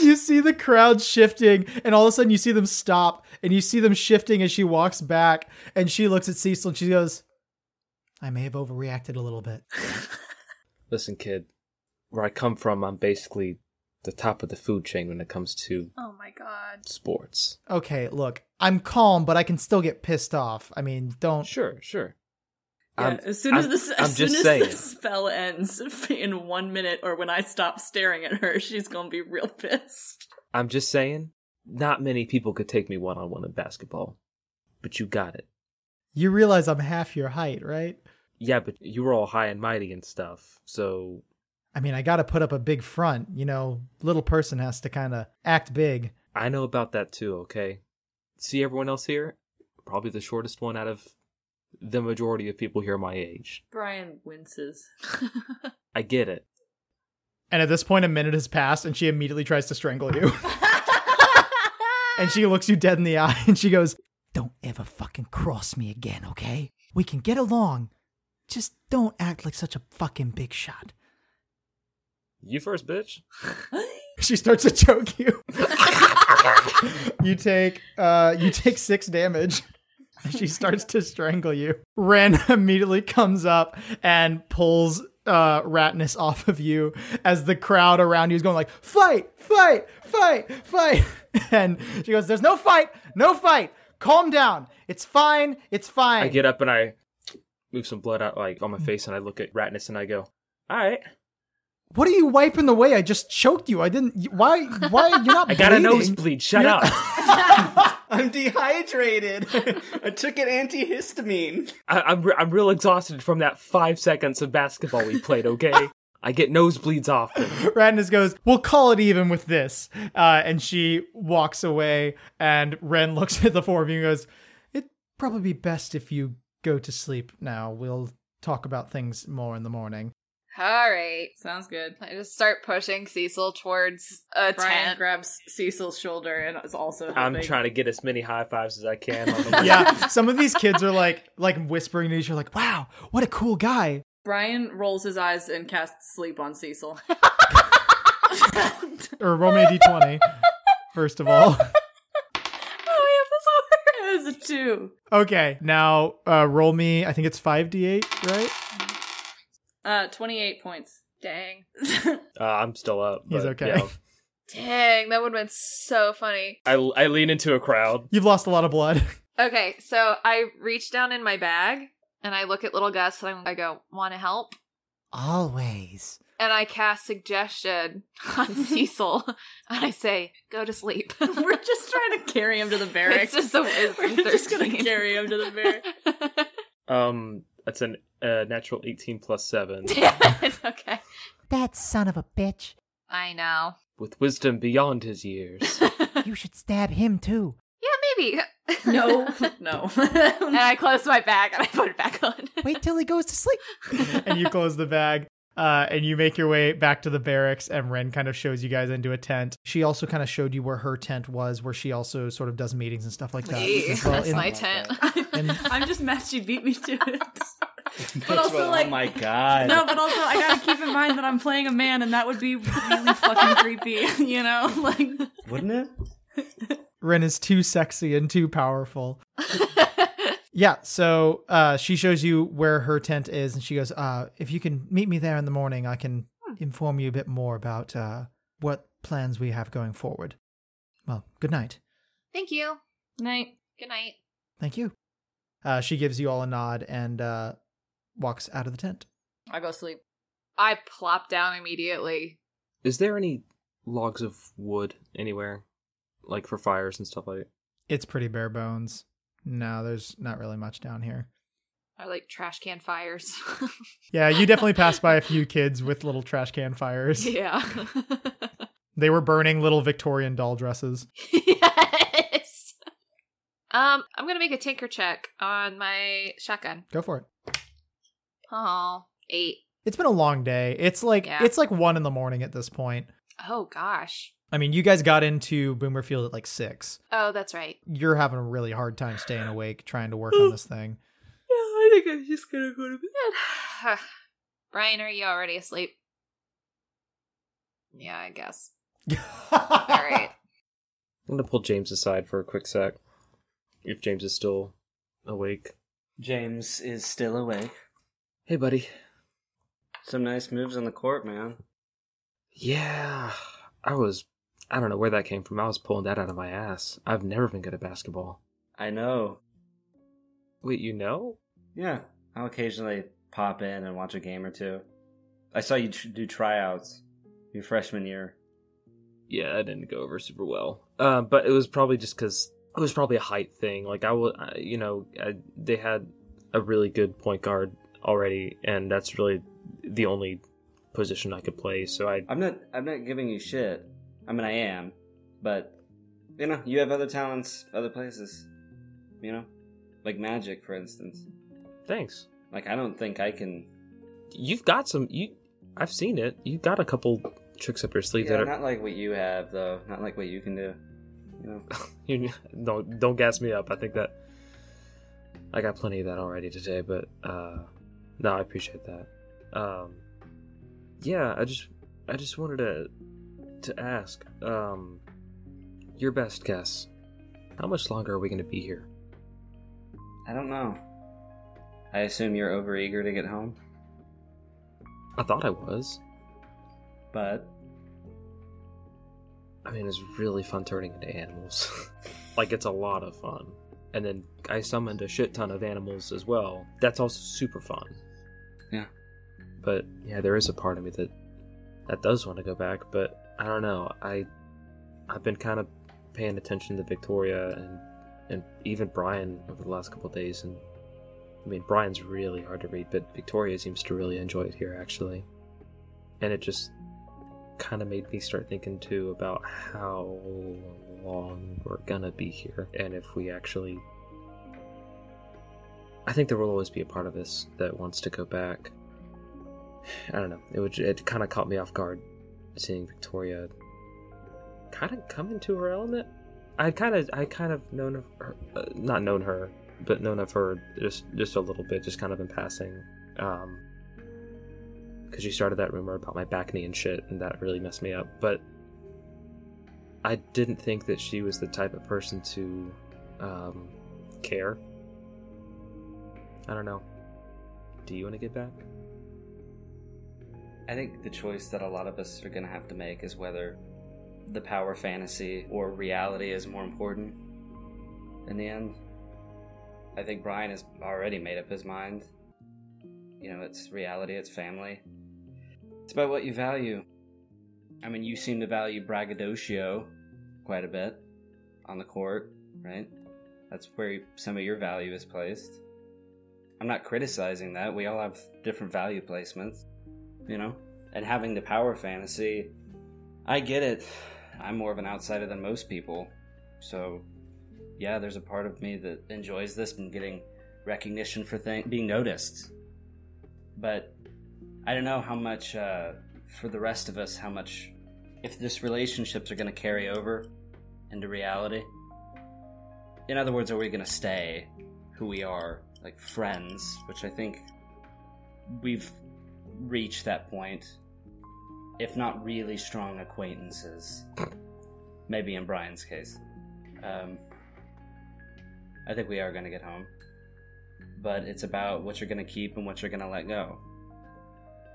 [SPEAKER 1] you see the crowd shifting, and all of a sudden you see them stop, and you see them shifting as she walks back, and she looks at Cecil and she goes, "I may have overreacted a little bit."
[SPEAKER 3] Listen, kid, where I come from, I'm basically the top of the food chain when it comes to
[SPEAKER 2] Oh my god.
[SPEAKER 3] sports.
[SPEAKER 1] Okay, look, I'm calm, but I can still get pissed off. I mean, don't.
[SPEAKER 3] Sure, sure.
[SPEAKER 4] Yeah,
[SPEAKER 3] I'm-
[SPEAKER 4] as soon as
[SPEAKER 3] I'm-
[SPEAKER 4] this,
[SPEAKER 3] I'm
[SPEAKER 4] as soon
[SPEAKER 3] just
[SPEAKER 4] as
[SPEAKER 3] saying.
[SPEAKER 4] the spell ends in one minute, or when I stop staring at her, she's gonna be real pissed.
[SPEAKER 3] I'm just saying, not many people could take me one on one in basketball, but you got it.
[SPEAKER 1] You realize I'm half your height, right?
[SPEAKER 3] Yeah, but you were all high and mighty and stuff, so
[SPEAKER 1] I mean, I got to put up a big front. You know, little person has to kind of act big.
[SPEAKER 3] I know about that too, okay? See everyone else here? Probably the shortest one out of the majority of people here my age.
[SPEAKER 4] Brian winces.
[SPEAKER 3] I get it.
[SPEAKER 1] And at this point, a minute has passed, and she immediately tries to strangle you. and she looks you dead in the eye, and she goes, Don't ever fucking cross me again, okay? We can get along. Just don't act like such a fucking big shot.
[SPEAKER 3] You first, bitch.
[SPEAKER 1] She starts to choke you. you take uh you take six damage. She starts to strangle you. Ren immediately comes up and pulls uh Ratness off of you as the crowd around you is going like fight, fight, fight, fight. And she goes, There's no fight, no fight. Calm down. It's fine, it's fine.
[SPEAKER 3] I get up and I move some blood out like on
[SPEAKER 1] Mm.
[SPEAKER 3] my face and I look at Ratness and I go, Alright.
[SPEAKER 1] what are you wiping away? I just choked you. I didn't why why you're not
[SPEAKER 3] I got a
[SPEAKER 1] bleeding.
[SPEAKER 3] nosebleed, shut
[SPEAKER 1] You're-
[SPEAKER 3] up.
[SPEAKER 5] I'm dehydrated. I took an antihistamine.
[SPEAKER 3] I, I'm re- I'm real exhausted from that five seconds of basketball we played. Okay, I get nosebleeds often.
[SPEAKER 1] Radness goes, "We'll call it even with this," uh, and she walks away. And Ren looks at the four of you and goes, "It'd probably be best if you go to sleep now. We'll talk about things more in the morning."
[SPEAKER 2] All right.
[SPEAKER 4] Sounds good.
[SPEAKER 2] I just start pushing Cecil towards a
[SPEAKER 4] Brian
[SPEAKER 2] tent.
[SPEAKER 4] grabs Cecil's shoulder and is also.
[SPEAKER 3] I'm
[SPEAKER 4] helping.
[SPEAKER 3] trying to get as many high fives as I can. On the
[SPEAKER 1] Yeah, some of these kids are like, like whispering to each other, like, "Wow, what a cool guy."
[SPEAKER 4] Brian rolls his eyes and casts sleep on Cecil.
[SPEAKER 1] Or roll me a d20 first of all.
[SPEAKER 4] oh, we have this over. It was a two.
[SPEAKER 1] Okay, now uh, roll me. I think it's five d8, right?
[SPEAKER 4] Uh, twenty-eight points.
[SPEAKER 2] Dang.
[SPEAKER 3] Uh, I'm still up.
[SPEAKER 1] He's
[SPEAKER 3] but,
[SPEAKER 1] okay.
[SPEAKER 3] yeah.
[SPEAKER 2] Dang, that would have been so funny.
[SPEAKER 3] I I lean into a crowd.
[SPEAKER 1] You've lost a lot of blood.
[SPEAKER 2] Okay, so I reach down in my bag and I look at little Gus and I'm, I go, want to help?
[SPEAKER 1] Always.
[SPEAKER 2] And I cast suggestion on Cecil and I say, go to sleep.
[SPEAKER 4] We're just trying to carry him to the barracks.
[SPEAKER 2] it's just a wisdom
[SPEAKER 4] We're just gonna
[SPEAKER 2] 13.
[SPEAKER 4] carry him to the barracks.
[SPEAKER 3] Um, that's an uh, natural 18 plus seven
[SPEAKER 2] yes, okay.
[SPEAKER 9] That son of a bitch.
[SPEAKER 2] I know.
[SPEAKER 3] with wisdom beyond his years.
[SPEAKER 9] You should stab him too.
[SPEAKER 2] Yeah,
[SPEAKER 6] baby.
[SPEAKER 4] No, no.
[SPEAKER 6] and I close my bag and I put it back on.
[SPEAKER 9] Wait till he goes to sleep.
[SPEAKER 1] and you close the bag uh, and you make your way back to the barracks and ren kind of shows you guys into a tent she also kind of showed you where her tent was where she also sort of does meetings and stuff like that
[SPEAKER 6] Hey,
[SPEAKER 1] as well.
[SPEAKER 6] that's
[SPEAKER 1] In-
[SPEAKER 6] my tent.
[SPEAKER 1] And-
[SPEAKER 4] I'm just mad she beat me to it.
[SPEAKER 5] But
[SPEAKER 4] also, like-
[SPEAKER 5] oh my god.
[SPEAKER 4] No, but also I gotta keep in mind that I'm playing a man, and that would be really fucking creepy. You know, like
[SPEAKER 5] Wouldn't it?
[SPEAKER 1] ren is too sexy and too powerful yeah so uh, she shows you where her tent is and she goes uh, if you can meet me there in the morning i can inform you a bit more about uh, what plans we have going forward well good night
[SPEAKER 6] Thank you.
[SPEAKER 4] night.
[SPEAKER 6] Good night.
[SPEAKER 1] thank you uh, she gives you all a nod and uh, walks out of the tent
[SPEAKER 4] I go sleep.
[SPEAKER 2] I plop down immediately.
[SPEAKER 3] Is there any logs of wood anywhere, like for fires and stuff like that?
[SPEAKER 1] it's pretty bare bones. No, there's not really much down here.
[SPEAKER 2] I like trash can fires.
[SPEAKER 1] Yeah, you definitely passed by a few kids with little trash can fires.
[SPEAKER 2] yeah.
[SPEAKER 1] They were burning little Victorian doll dresses.
[SPEAKER 2] yes. Um, I'm gonna make a tinker check on my shotgun.
[SPEAKER 1] Go for it.
[SPEAKER 2] Oh, eight.
[SPEAKER 1] It's been a long day. It's like
[SPEAKER 2] Yeah.
[SPEAKER 1] it's like one in the morning at this point.
[SPEAKER 2] Oh gosh.
[SPEAKER 1] I mean, you guys got into Boomerfield at like six.
[SPEAKER 2] Oh, that's right.
[SPEAKER 1] You're having a really hard time staying awake trying to work on this thing.
[SPEAKER 2] Yeah, I think I'm just gonna go to bed.
[SPEAKER 6] Brian, are you already asleep? Yeah, I guess.
[SPEAKER 1] All
[SPEAKER 6] All right.
[SPEAKER 3] I'm gonna pull James aside for a quick sec. If James is still awake.
[SPEAKER 5] James is still awake.
[SPEAKER 3] Hey buddy.
[SPEAKER 5] Some nice moves on the court, man.
[SPEAKER 3] Yeah. I was I don't know where that came from. I was pulling that out of my ass. I've never been good at basketball.
[SPEAKER 5] I know.
[SPEAKER 3] Wait, you know?
[SPEAKER 5] Yeah, I'll occasionally pop in and watch a game or two. I saw you tr- do tryouts your freshman year.
[SPEAKER 3] Yeah, that didn't go over super well. Uh, but it was probably just because it was probably a height thing. Like I was, you know, I, they had a really good point guard already, and that's really the only position I could play. So I
[SPEAKER 5] I'm not. I'm not giving you shit. I mean, I am, but you know, you have other talents, other places. You know, like magic, for instance.
[SPEAKER 3] thanks.
[SPEAKER 5] Like I don't think I can.
[SPEAKER 3] You've got some. You, I've seen it. You've got a couple tricks up your sleeve
[SPEAKER 5] Yeah,
[SPEAKER 3] that are.
[SPEAKER 5] not like what you have, though. Not like what you can do. You know.
[SPEAKER 3] You don't don't gas me up. I think that I got plenty of that already today, but uh no, I appreciate that. Um yeah, I just I just wanted to to ask um your best guess. How much longer are we going to be here?
[SPEAKER 5] I don't know. I assume you're overeager to get home,
[SPEAKER 3] I thought I was.
[SPEAKER 5] but
[SPEAKER 3] I mean, it's really fun turning into animals. like it's a lot of fun. And then I summoned a shit ton of animals as well. That's also super fun.
[SPEAKER 5] Yeah.
[SPEAKER 3] But yeah, there is a part of me that that does want to go back, but I don't know. I I've been kind of paying attention to Victoria and and even Brian over the last couple of days and I mean, Brian's really hard to read, but Victoria seems to really enjoy it here actually. And it just kind of made me start thinking too about how long we're gonna be here and if we actually i think there will always be a part of us that wants to go back i don't know it would it kind of caught me off guard seeing victoria kind of come into her element i kind of i kind of known of her uh, not known her but known of her just just a little bit just kind of in passing um because she started that rumor about my back knee and shit, and that really messed me up. But I didn't think that she was the type of person to um, care. I don't know. Do you want to get back?
[SPEAKER 5] I think the choice that a lot of us are going to have to make is whether the power fantasy or reality is more important in the end. I think Brian has already made up his mind. You know, it's reality, it's family. It's about what you value. I mean, you seem to value braggadocio quite a bit on the court, right? That's where some of your value is placed. I'm not criticizing that. We all have different value placements you know and having the power fantasy i get it i'm more of an outsider than most people so yeah, there's a part of me that enjoys this and getting recognition for thing being noticed. But I don't know how much uh, for the rest of us, how much if this relationships are going to carry over into reality. In other words, are we going to stay who we are, like friends? Which I think we've reached that point, if not really strong acquaintances. Maybe in Brian's case. Um, I think we are going to get home. But it's about what you're going to keep and what you're going to let go.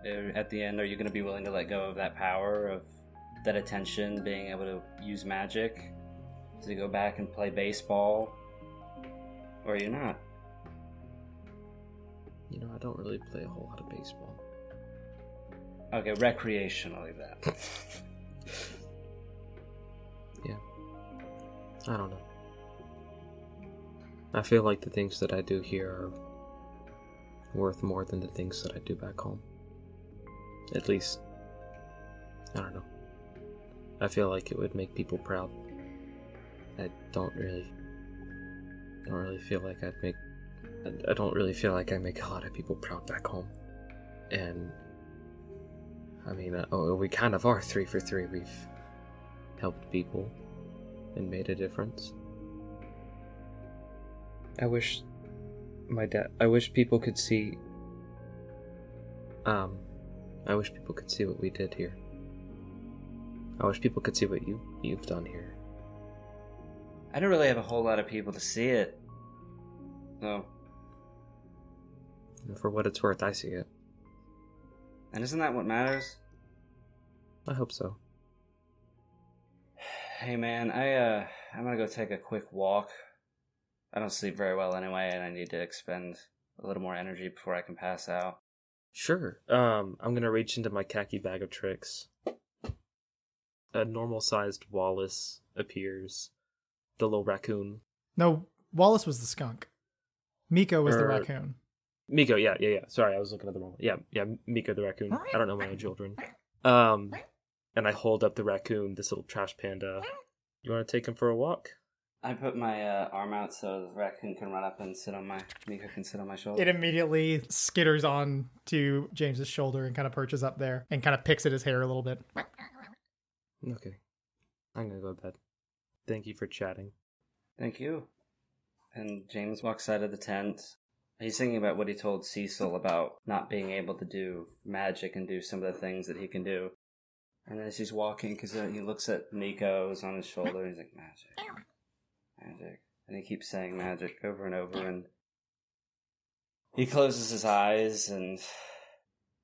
[SPEAKER 5] Uh, At the end, are you going to be willing to let go of that power, of that attention, being able to use magic, to go back and play baseball? Or are you not?
[SPEAKER 3] You know, I don't really play a whole lot of baseball.
[SPEAKER 5] Okay, recreationally, that.
[SPEAKER 3] I don't know. I feel like the things that I do here are worth more than the things that I do back home. At least, I don't know. I feel like it would make people proud. I don't really, I don't really feel like I'd make, I- I don't really feel like I make a lot of people proud back home. And, I mean, uh, oh, we kind of are three for three. We've helped people and made a difference. I wish my dad. I wish people could see. Um, I wish people could see what we did here. I wish people could see what you you've done here.
[SPEAKER 5] I don't really have a whole lot of people to see it. So,
[SPEAKER 3] And for what it's worth, I see it.
[SPEAKER 5] and isn't that what matters?
[SPEAKER 3] I hope so.
[SPEAKER 5] Hey man, I uh I'm gonna go take a quick walk. I don't sleep very well anyway, and I need to expend a little more energy before I can pass out.
[SPEAKER 3] Sure. Um, I'm gonna reach into my khaki bag of tricks. A normal-sized Wallace appears. The little raccoon.
[SPEAKER 1] No, Wallace was the skunk. Miko was the
[SPEAKER 3] Er,
[SPEAKER 1] raccoon.
[SPEAKER 3] Miko, yeah, yeah, yeah. Sorry, I was looking at the wrong. Yeah, yeah, Miko the raccoon. I don't know my own children. Um, and I hold up the raccoon, this little trash panda. You want to take him for a walk?
[SPEAKER 5] I put my uh, arm out so the raccoon can run up and sit on my Mika can sit on my shoulder.
[SPEAKER 1] It immediately skitters on to James's shoulder and kind of perches up there and kind of picks at his hair a little bit.
[SPEAKER 3] Okay. I'm gonna go to bed. Thank you for chatting.
[SPEAKER 5] Thank you. And James walks out of the tent. He's thinking about what he told Cecil about not being able to do magic and do some of the things that he can do. And as he's walking, because he looks at Miko who's on his shoulder, he's like, magic. Magic. And he keeps saying magic over and over, and he closes his eyes, and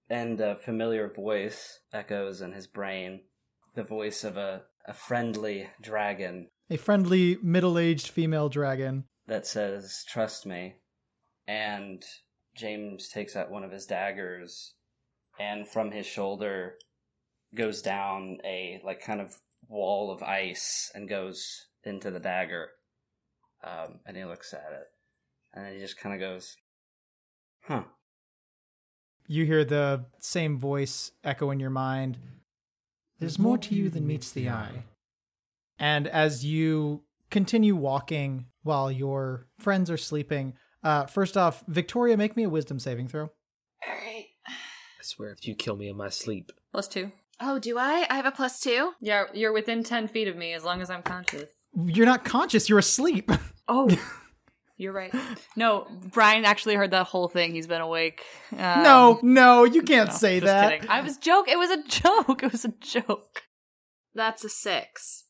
[SPEAKER 5] and a familiar voice echoes in his brain, the voice of a, a friendly dragon
[SPEAKER 1] A friendly, middle aged female dragon.
[SPEAKER 5] that says, Trust me. And James takes out one of his daggers and from his shoulder goes down a, like, kind of wall of ice and goes into the dagger. Um, and he looks at it. And then he just kind of goes, Huh.
[SPEAKER 1] You hear the same voice echo in your mind There's more to you than meets the eye. And as you continue walking while your friends are sleeping, uh, first off, Victoria, make me a wisdom saving throw.
[SPEAKER 2] All right.
[SPEAKER 3] I swear, if you kill me in my sleep,
[SPEAKER 4] Plus two.
[SPEAKER 2] Oh, do I? I have a plus two.
[SPEAKER 4] Yeah, you're within 10 feet of me as long as I'm conscious.
[SPEAKER 1] You're not conscious, you're asleep.
[SPEAKER 4] Oh, you're right. No, Brian actually heard that whole thing. He's been awake. Um,
[SPEAKER 1] no, no, you can't
[SPEAKER 4] no,
[SPEAKER 1] say
[SPEAKER 4] just
[SPEAKER 1] that.
[SPEAKER 4] kidding. I was joke. It was a joke. It was a joke.
[SPEAKER 2] That's a six.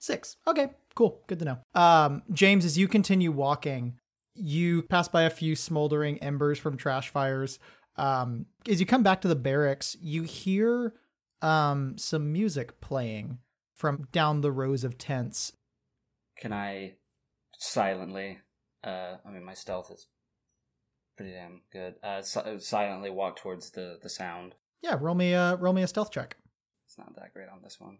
[SPEAKER 1] Six. Okay, cool. Good to know. Um, James, as you continue walking, you pass by a few smoldering embers from trash fires. Um, as you come back to the barracks, you hear um, some music playing from down the rows of tents.
[SPEAKER 5] Can I silently, uh, I mean, my stealth is pretty damn good, uh, si- silently walk towards the, the sound.
[SPEAKER 1] Yeah, roll me a roll me a stealth check.
[SPEAKER 5] It's not that great on this one.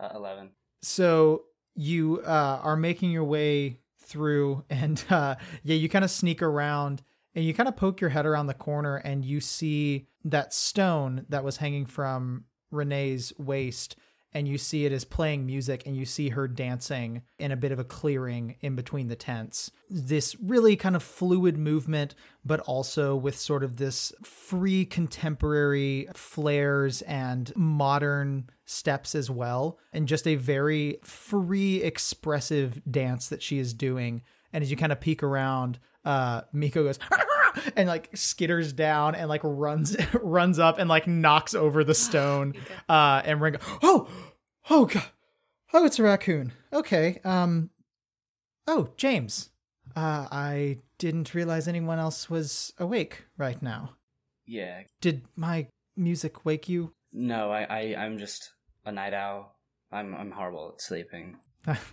[SPEAKER 5] Uh, 11.
[SPEAKER 1] So you uh, are making your way through, and uh, yeah, you kind of sneak around and you kind of poke your head around the corner, and you see that stone that was hanging from Renee's waist, and you see it is playing music and you see her dancing in a bit of a clearing in between the tents. This really kind of fluid movement, but also with sort of this free contemporary flares and modern steps as well, and just a very free, expressive dance that she is doing. And as you kind of peek around, uh, Miko goes, ah," and like skitters down and like runs runs up and like knocks over the stone. Uh, and Ringo, oh, oh god, oh it's a raccoon. Okay, um, oh James, uh, I didn't realize anyone else was awake right now.
[SPEAKER 5] Yeah.
[SPEAKER 1] Did my music wake you?
[SPEAKER 5] No, I, I I'm just a night owl. I'm I'm horrible at sleeping.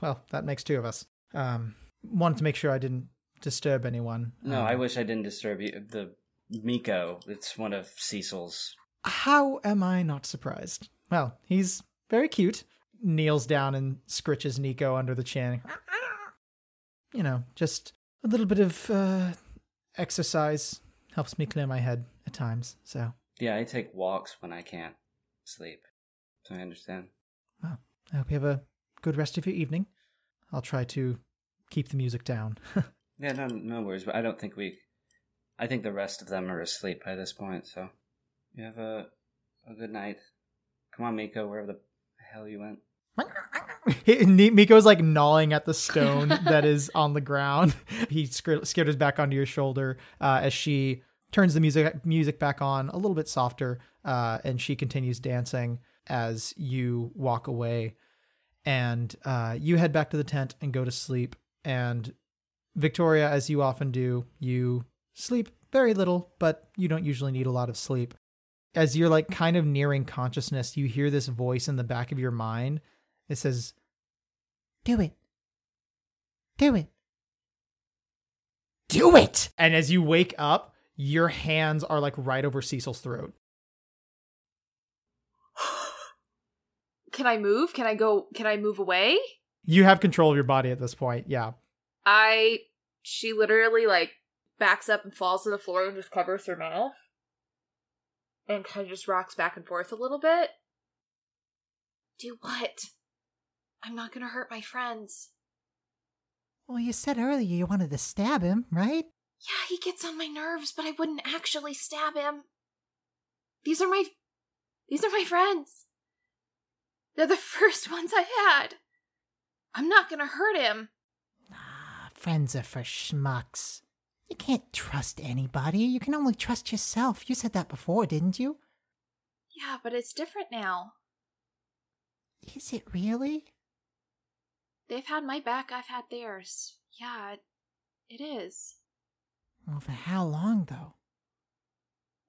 [SPEAKER 1] well, that makes two of us. Um, wanted to make sure I didn't disturb anyone.
[SPEAKER 5] No, I
[SPEAKER 1] Um,
[SPEAKER 5] wish I didn't disturb you. The Miko, it's one of Cecil's.
[SPEAKER 1] How am I not surprised? Well, he's very cute. Kneels down and scritches Nico under the chin. You know, just a little bit of uh, exercise helps me clear my head at times. So,
[SPEAKER 5] Yeah, I take walks when I can't sleep. So I understand.
[SPEAKER 1] well, I hope you have a good rest of your evening. I'll try to keep the music down.
[SPEAKER 5] Yeah, no, no worries. But I don't think we. I think the rest of them are asleep by this point. So you have a a good night. Come on, Miko, wherever the hell you went.
[SPEAKER 1] Miko's like gnawing at the stone that is on the ground. He scr- skitters back onto your shoulder uh, as she turns the music music back on a little bit softer, uh, and she continues dancing as you walk away. And uh, you head back to the tent and go to sleep. And Victoria, as you often do, you sleep very little, but you don't usually need a lot of sleep. As you're like kind of nearing consciousness, you hear this voice in the back of your mind. It says,
[SPEAKER 9] Do it. Do it.
[SPEAKER 1] Do it! And as you wake up, your hands are like right over Cecil's throat.
[SPEAKER 2] Can I move? Can I go? Can I move away?
[SPEAKER 1] You have control of your body at this point. Yeah.
[SPEAKER 2] I. She literally like backs up and falls to the floor and just covers her mouth, and kind of just rocks back and forth a little bit. Do what? I'm not gonna hurt my friends.
[SPEAKER 9] Well, you said earlier you wanted to stab him, right?
[SPEAKER 2] Yeah, he gets on my nerves, but I wouldn't actually stab him. These are my these are my friends. They're the first ones I had. I'm not gonna hurt him.
[SPEAKER 9] Nah, friends are for schmucks. You can't trust anybody. You can only trust yourself. You said that before, didn't you?
[SPEAKER 2] Yeah, but it's different now.
[SPEAKER 9] Is it really?
[SPEAKER 2] They've had my back, I've had theirs. Yeah, it, it is.
[SPEAKER 9] Well, for how long, though?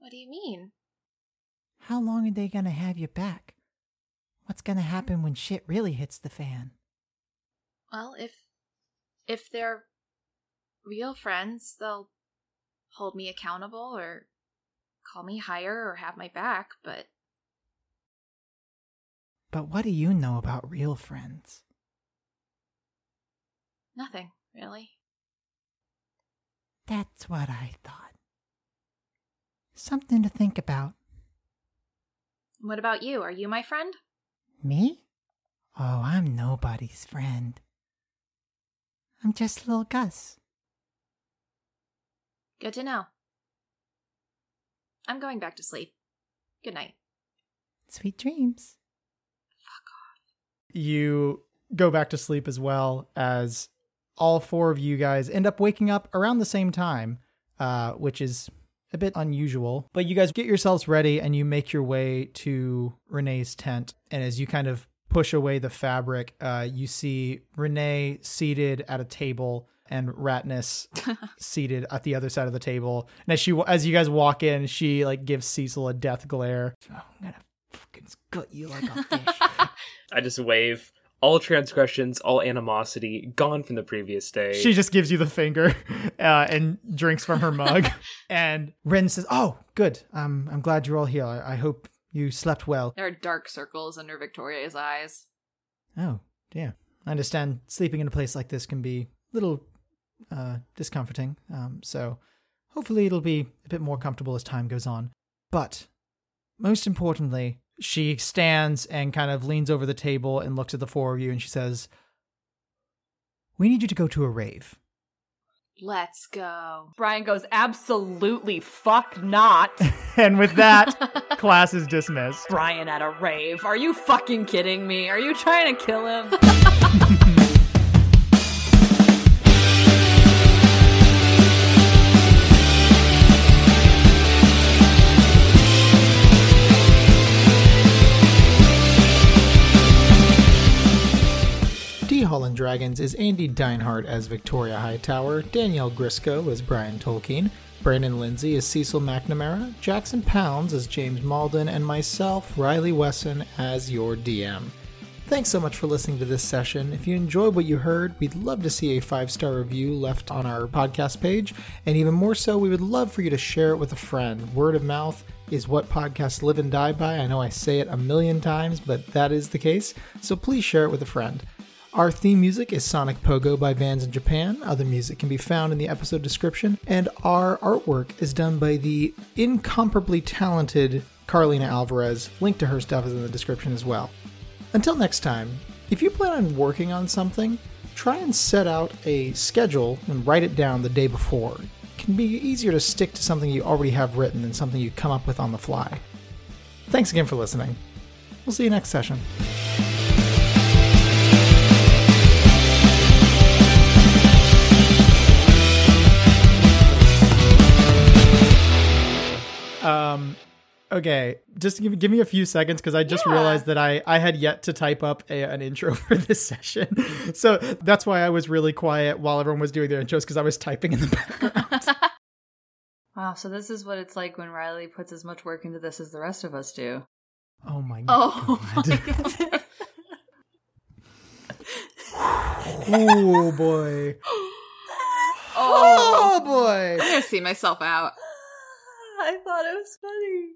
[SPEAKER 2] What do you mean?
[SPEAKER 9] How long are they gonna have your back? What's gonna happen when shit really hits the fan?
[SPEAKER 2] Well, if if they're real friends, they'll hold me accountable or call me higher or have my back, but
[SPEAKER 9] But what do you know about real friends?
[SPEAKER 2] nothing, really.
[SPEAKER 9] That's what I thought. Something to think about.
[SPEAKER 2] What about you? Are you my friend?
[SPEAKER 9] Me? Oh, I'm nobody's friend. I'm just little Gus.
[SPEAKER 2] Good to know. I'm going back to sleep. Good night.
[SPEAKER 9] Sweet dreams.
[SPEAKER 1] You go back to sleep as well as all four of you guys end up waking up around the same time, uh, which is a bit unusual. But you guys get yourselves ready and you make your way to Renee's tent. And as you kind of push away the fabric, uh, you see Renee seated at a table and Ratness seated at the other side of the table. And as she, as you guys walk in, she like gives Cecil a death glare. I'm gonna fucking gut you like a fish.
[SPEAKER 3] I just wave. All transgressions, all animosity, gone from the previous day.
[SPEAKER 1] She just gives you the finger uh, and drinks from her mug. and Ren says, "Oh, good. Um, I'm glad you're all here. I, I hope you slept well.
[SPEAKER 4] There are dark circles under Victoria's eyes.
[SPEAKER 1] Oh, dear. I understand sleeping in a place like this can be a little uh, discomforting. Um, so hopefully it'll be a bit more comfortable as time goes on. But most importantly, She stands and kind of leans over the table and looks at the four of you and she says, We need you to go to a rave.
[SPEAKER 2] Let's go.
[SPEAKER 7] Brian goes, absolutely fuck not.
[SPEAKER 1] And with that, class is dismissed.
[SPEAKER 7] Brian at a rave. Are you fucking kidding me? Are you trying to kill him?
[SPEAKER 1] D Holland Dragons is Andy Deinhardt as Victoria Hightower, Danielle Grisco as Brian Tolkien, Brandon Lindsay as Cecil McNamara, Jackson Pounds as James Malden, and myself, Riley Wesson, as your DM. Thanks so much for listening to this session. If you enjoyed what you heard, we'd love to see a five star review left on our podcast page, and even more so, we would love for you to share it with a friend. Word of mouth is what podcasts live and die by. I know I say it a million times, but that is the case, so please share it with a friend. Our theme music is Sonic Pogo by Vans in Japan. Other music can be found in the episode description. And our artwork is done by the incomparably talented Carlina Alvarez. Link to her stuff is in the description as well. Until next time, if you plan on working on something, try and set out a schedule and write it down the day before. It can be easier to stick to something you already have written than something you come up with on the fly. Thanks again for listening. We'll see you next session. Um, okay, just give, give me a few seconds because I just realized that I, I had yet to type up a, an intro for this session. So that's why I was really quiet while everyone was doing their intros because I was typing in the background.
[SPEAKER 4] Wow, so this is what it's like when Riley puts as much work into this as the rest of us do.
[SPEAKER 1] oh my
[SPEAKER 2] Oh
[SPEAKER 1] god.
[SPEAKER 2] my god.
[SPEAKER 1] oh boy.
[SPEAKER 2] Oh,
[SPEAKER 1] Oh boy.
[SPEAKER 2] I'm gonna see myself out.
[SPEAKER 4] I thought it was funny.